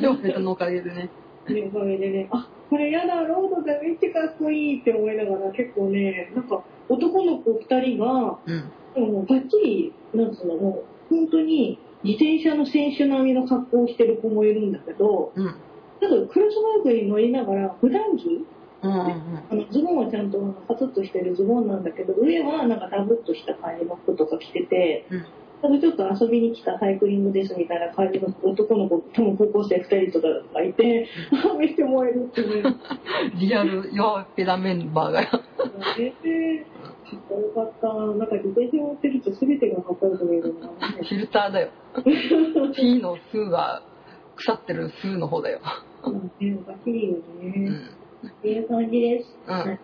Speaker 2: でも別のおかげでね
Speaker 1: で、それでね、あ、これやだ、ロードでめっちゃかっこいいって思いながら、結構ね、なんか男の子二人が、
Speaker 2: うん
Speaker 1: でももうバッチリ、なんつうの、もう、本当に、自転車の選手並みの格好をしてる子もいるんだけど、
Speaker 2: うん
Speaker 1: ただクロスバイクに乗りながら普段着
Speaker 2: うんうん
Speaker 1: あのズボンはちゃんとカツッとしてるズボンなんだけど上はなんかダブッとした感じの服とか着てて、
Speaker 2: うん
Speaker 1: 多分ちょっと遊びに来たサイクリングですみたいな感じの男の子多分高校生2人とかがいて、あめっちゃ燃えるっていうのが
Speaker 2: うんリアル弱ペダメンバーが
Speaker 1: あ ってかっこよかったなんか自転車乗ってると全てがかっこよく見えるな
Speaker 2: フィルターだ よ T の数は腐ってる数の方だ
Speaker 1: う
Speaker 2: よ、
Speaker 1: んねおかしいよ
Speaker 2: う
Speaker 1: ね、
Speaker 2: ん
Speaker 1: っていう感じです
Speaker 2: うん、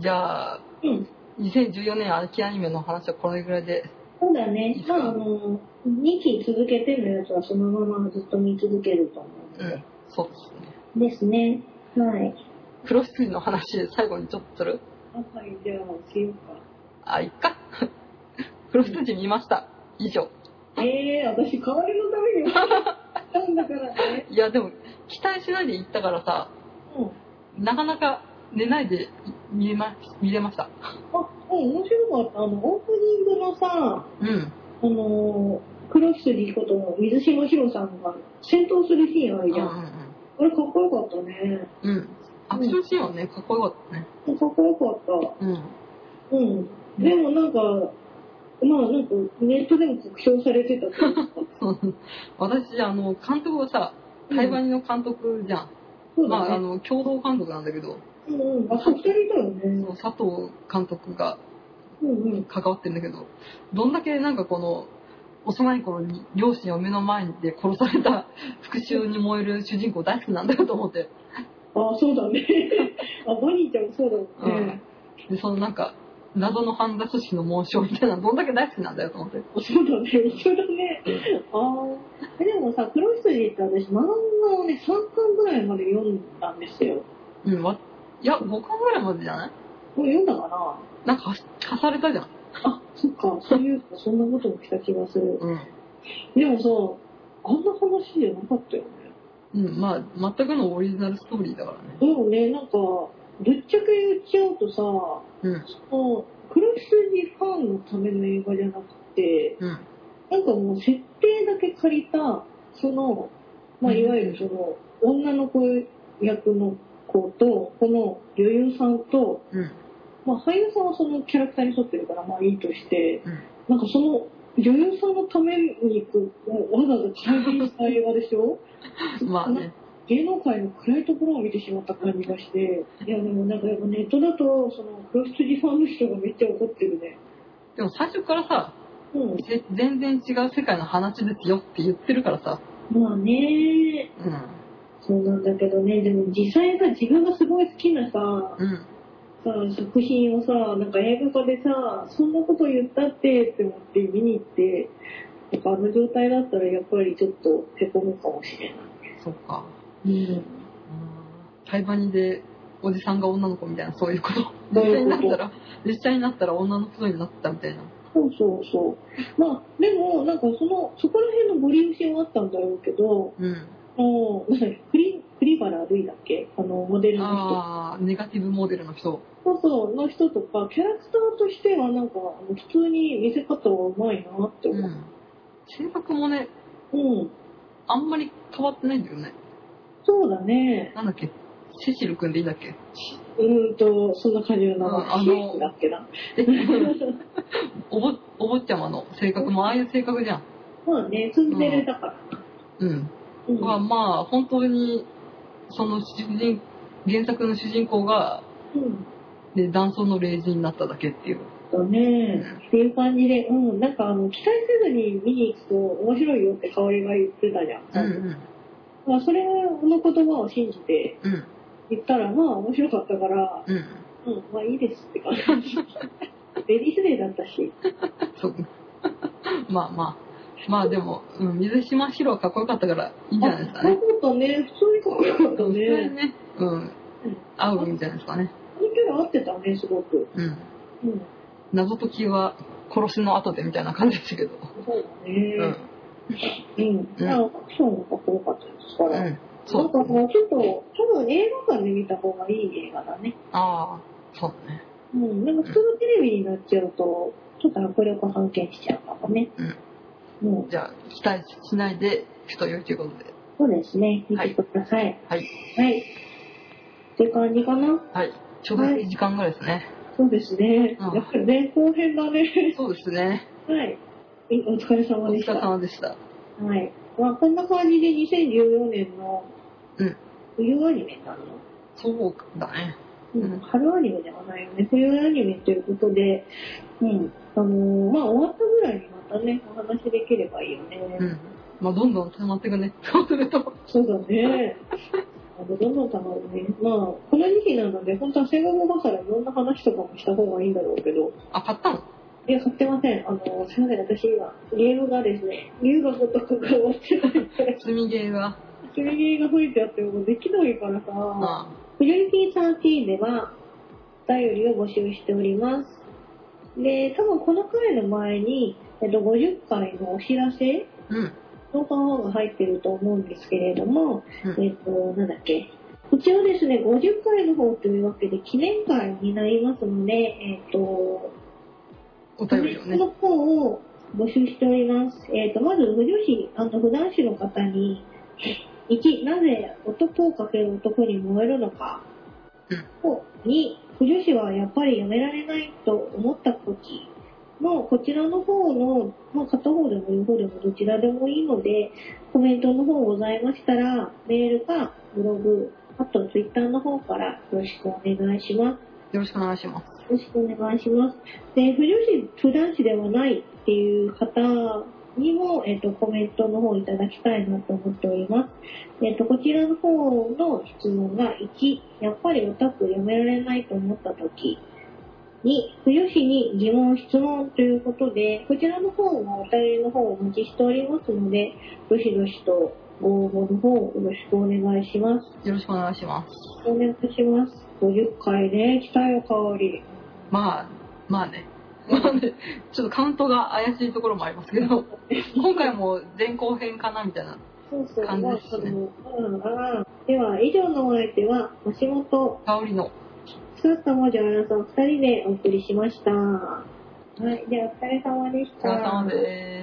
Speaker 2: じゃあ
Speaker 1: うん
Speaker 2: 2014年秋アニメの話はこれぐらいで
Speaker 1: そうだね。まあ、あの、2期続けてのやつはそのままずっと見続けると思う
Speaker 2: う
Speaker 1: ので
Speaker 2: ん。そうですね
Speaker 1: ですね。はい。
Speaker 2: 黒羊の話最後にちょっとする
Speaker 1: あ、はい、じゃあ、しよう
Speaker 2: あいっか 黒羊見ました以上
Speaker 1: か。ええー、私、代わりのため に来たんだからね。
Speaker 2: いやでも期待しないで行ったからさ
Speaker 1: うん。
Speaker 2: なかなか寝ないで見れま見れました
Speaker 1: あ、うん、面白かった。あの、オープニングのさ、
Speaker 2: うん
Speaker 1: あのー、黒羊こと水島ひろさんが戦闘するシーンあるじゃん。あれ、かっこよかったね。
Speaker 2: うんうんうんアクションシーンはねかっこよかったね
Speaker 1: かっこよかった。
Speaker 2: うん
Speaker 1: うん。でもなんか、まあなんかネットでも酷評されてたけど
Speaker 2: そう私あの監督がさ台湾の監督じゃん、
Speaker 1: そう
Speaker 2: まあ
Speaker 1: だ
Speaker 2: あ
Speaker 1: ね。
Speaker 2: の共同監督なんだけど、
Speaker 1: うんうん。あ、そう、二人だよ
Speaker 2: そ
Speaker 1: ね。
Speaker 2: の佐藤監督が
Speaker 1: うんうん。
Speaker 2: 関わってるんだけどどんだけなんかこの幼い頃に両親を目の前で殺された 復讐に燃える主人公大好きなんだよと思って、
Speaker 1: あ、そうだね。あ、バニーちゃんもそうだもんね。
Speaker 2: でそのなんか謎の半田組織の紋章みたいなのどんだけ大好きなんだよと思って。
Speaker 1: そうだね、一緒だね。ああ。えでもさ、黒羊って私、漫画をね、3巻ぐらいまで読んだんですよ。
Speaker 2: うん、わいや、5巻ぐらいまでじゃない
Speaker 1: もう読んだかな
Speaker 2: なんか貸し貸されたじゃん。
Speaker 1: あ、そっか、そういうか、そんなことも来た気がする。
Speaker 2: うん。
Speaker 1: でもさ、あんな話じゃなかったよね。
Speaker 2: うん、まあ、全くのオリジナルストーリーだからね。
Speaker 1: でもね、なんか、ぶっちゃけ言っちゃうとさ、
Speaker 2: うん、
Speaker 1: その黒筋ファンのための映画じゃなくて、
Speaker 2: うん、
Speaker 1: なんかもう設定だけ借りた、その、まあ、
Speaker 2: うん
Speaker 1: いわゆるその、女の子役の子と、この女優さんと、
Speaker 2: うん、
Speaker 1: まあ、俳優さんはそのキャラクターに沿ってるから、まあいいとして、
Speaker 2: うん。
Speaker 1: なんかその、女優さんのためにこうわざわざ再現した映画でしょ
Speaker 2: まあね。
Speaker 1: 芸能界の暗いところを見てしまった感じがして、いやでもなんかやっぱネットだと、その、黒羊ファンの人がめっちゃ怒ってるね。
Speaker 2: でも最初からさ、
Speaker 1: う
Speaker 2: ぜ全然違う世界の話ですよって言ってるからさ。
Speaker 1: ん。まあね、
Speaker 2: うん。
Speaker 1: そうなんだけどね、でも実際さ、自分がすごい好きなさ、
Speaker 2: うん。
Speaker 1: さ作品をさ、なんか映画化でさ、そんなこと言ったってって思って見に行って、やっぱあの状態だったらやっぱりちょっとへこむかもしれない。
Speaker 2: そっか。
Speaker 1: うん。
Speaker 2: タイバニでおじさんが女の子みたいなそういうこと
Speaker 1: ど う
Speaker 2: 実
Speaker 1: い
Speaker 2: 際
Speaker 1: うこ
Speaker 2: にな
Speaker 1: と
Speaker 2: ったら実際になったら女の人になったみたいな
Speaker 1: そうそうそう。まあ、でも、なんかその、そこら辺のご利用しはあったんだろうけど、
Speaker 2: うん
Speaker 1: もう、なんだっけ栗、栗原るいだっけあの、モデルの人。
Speaker 2: ああネガティブモデルの人
Speaker 1: そうそう、の人とか、キャラクターとしてはなんか、あの普通に見せ方はうまいなって
Speaker 2: う
Speaker 1: 思う。
Speaker 2: ん性格もね
Speaker 1: うん。
Speaker 2: あんまり変わってないんだよね
Speaker 1: そうだね。
Speaker 2: なんだっけセシル君でいいんだっけ
Speaker 1: うーんと、そんな感じの名前。
Speaker 2: ああの
Speaker 1: だっけな。
Speaker 2: え おぼお坊ちゃまの性格もああいう性格じゃん
Speaker 1: まあね、ツンデレだから。
Speaker 2: うん、
Speaker 1: うん。
Speaker 2: はまあ本当にその主人原作の主人公が、
Speaker 1: うん
Speaker 2: ね、男装の霊人になっただけっていう
Speaker 1: だね。っていう感じで、うん、なんかあの、期待せずに見に行くと面白いよって香りが言ってたじゃん。
Speaker 2: うん
Speaker 1: まあ、それの言葉を信じて
Speaker 2: うんうん
Speaker 1: 言ったら、まあ面白かったから、
Speaker 2: うん
Speaker 1: うん、まあいいですって 感じ。レディースデーだったし。
Speaker 2: そう。 まあまあ。まあでも、うん、水島ヒロはかっこよかったからいいんじゃないですか
Speaker 1: あかっ
Speaker 2: ね。
Speaker 1: こよかったね。普通にかっこよかった
Speaker 2: うん、普通に
Speaker 1: ね。
Speaker 2: ね、うん、合うんじゃないですかね。
Speaker 1: このキャラ合ってたね、すごく。
Speaker 2: うん。
Speaker 1: うん。
Speaker 2: 謎解きは殺しの後でみたいな感じでしたけど。
Speaker 1: そうだ
Speaker 2: う
Speaker 1: ね
Speaker 2: ん。。
Speaker 1: うん。だからアクションもかっこよかったですか
Speaker 2: う
Speaker 1: ら。
Speaker 2: ん。そ
Speaker 1: なん
Speaker 2: う
Speaker 1: か。もうちょっと、多分映画館で見た方がいい映画だね。
Speaker 2: ああ、そうね。
Speaker 1: うん。なんか普通のテレビになっちゃうと、ちょっと迫力半減しちゃうかもね。うん。
Speaker 2: じゃあ、期待しないで、人よいということで。
Speaker 1: そうですね。見てください。
Speaker 2: はい。
Speaker 1: はい。って感じかな。
Speaker 2: はい。ちょうどいい時間ぐらいですね。
Speaker 1: そうですね。
Speaker 2: うん
Speaker 1: やっぱり前後編だね。
Speaker 2: そうですね。
Speaker 1: はい。いお疲れ
Speaker 2: お
Speaker 1: 様
Speaker 2: 疲
Speaker 1: で
Speaker 2: れ
Speaker 1: した。は
Speaker 2: 様でした。
Speaker 1: い。まあ、こんな感じで2014年の
Speaker 2: うん
Speaker 1: 冬アニメなの、
Speaker 2: そうだね。
Speaker 1: うん
Speaker 2: うん
Speaker 1: 春アニメではないよね。冬アニメということで、うん。あのーまあ、終わったぐらいにまたね、お話できればいいよね。
Speaker 2: うん。まあ、どんどん溜まっていくね。そうすると。
Speaker 1: そうだね。あのどんどんたまるね。まあ、この時期なので、本当は戦後だからいろんな話とかもした方がいいんだろうけど、
Speaker 2: あ、買ったの
Speaker 1: いや、買ってません。あの、すいません、私今、ゲームがですね、優雅とかが終わってない から、
Speaker 2: 積みゲーが。
Speaker 1: 積みゲーが増えてあってもできないからさ、
Speaker 2: まあ。
Speaker 1: フリュリティ13では、お便りを募集しております。で、多分この回の前に、えっと、50回のお知らせ
Speaker 2: うん。
Speaker 1: の方が入ってると思うんですけれども、
Speaker 2: うん
Speaker 1: えっと、なんだっけ。一応ですね、50回の方というわけで記念会になりますので、えっと、
Speaker 2: お
Speaker 1: コ
Speaker 2: 便
Speaker 1: メ
Speaker 2: りを
Speaker 1: ント
Speaker 2: ね。
Speaker 1: の方を募集しております。えっ、と、まず、無料誌、あの、普段誌の方に、1、なぜ男をかける男に燃えるのか。を2、不女子はやっぱりやめられないと思った時の、こちらの方の、まあ、片方でも両方でもどちらでもいいので、コメントの方ございましたら、メールかブログ、あとツイッターの方からよろしくお願いします。
Speaker 2: よろしくお願いします。
Speaker 1: よろしくお願いします。で、不女子、不男子ではないっていう方にも、えっ、と、コメントの方いただきたいなと思っております。えっ、と、こちらの方の質問が1、やっぱりオタクやめられないと思った時。に、冬日に疑問、質問ということで、こちらの方もお便りの方をお待ちしておりますので、どしどしとご応募の方よろしくお願いします。
Speaker 2: よろしくお願いします。
Speaker 1: お願いします。50回ね、来たよ、香り。
Speaker 2: まあ、まあね。 まあね、ちょっとカウントが怪しいところもありますけど、今回も前後編かなみたいな。
Speaker 1: そうそう、
Speaker 2: 感じですね
Speaker 1: まあそのうんうんでは、以上のお相手は、橋本、
Speaker 2: 香りの。
Speaker 1: スーと文字を争う2人でお送りしました。はい、ではお疲れ様でし
Speaker 2: お
Speaker 1: た。
Speaker 2: 疲れ様です。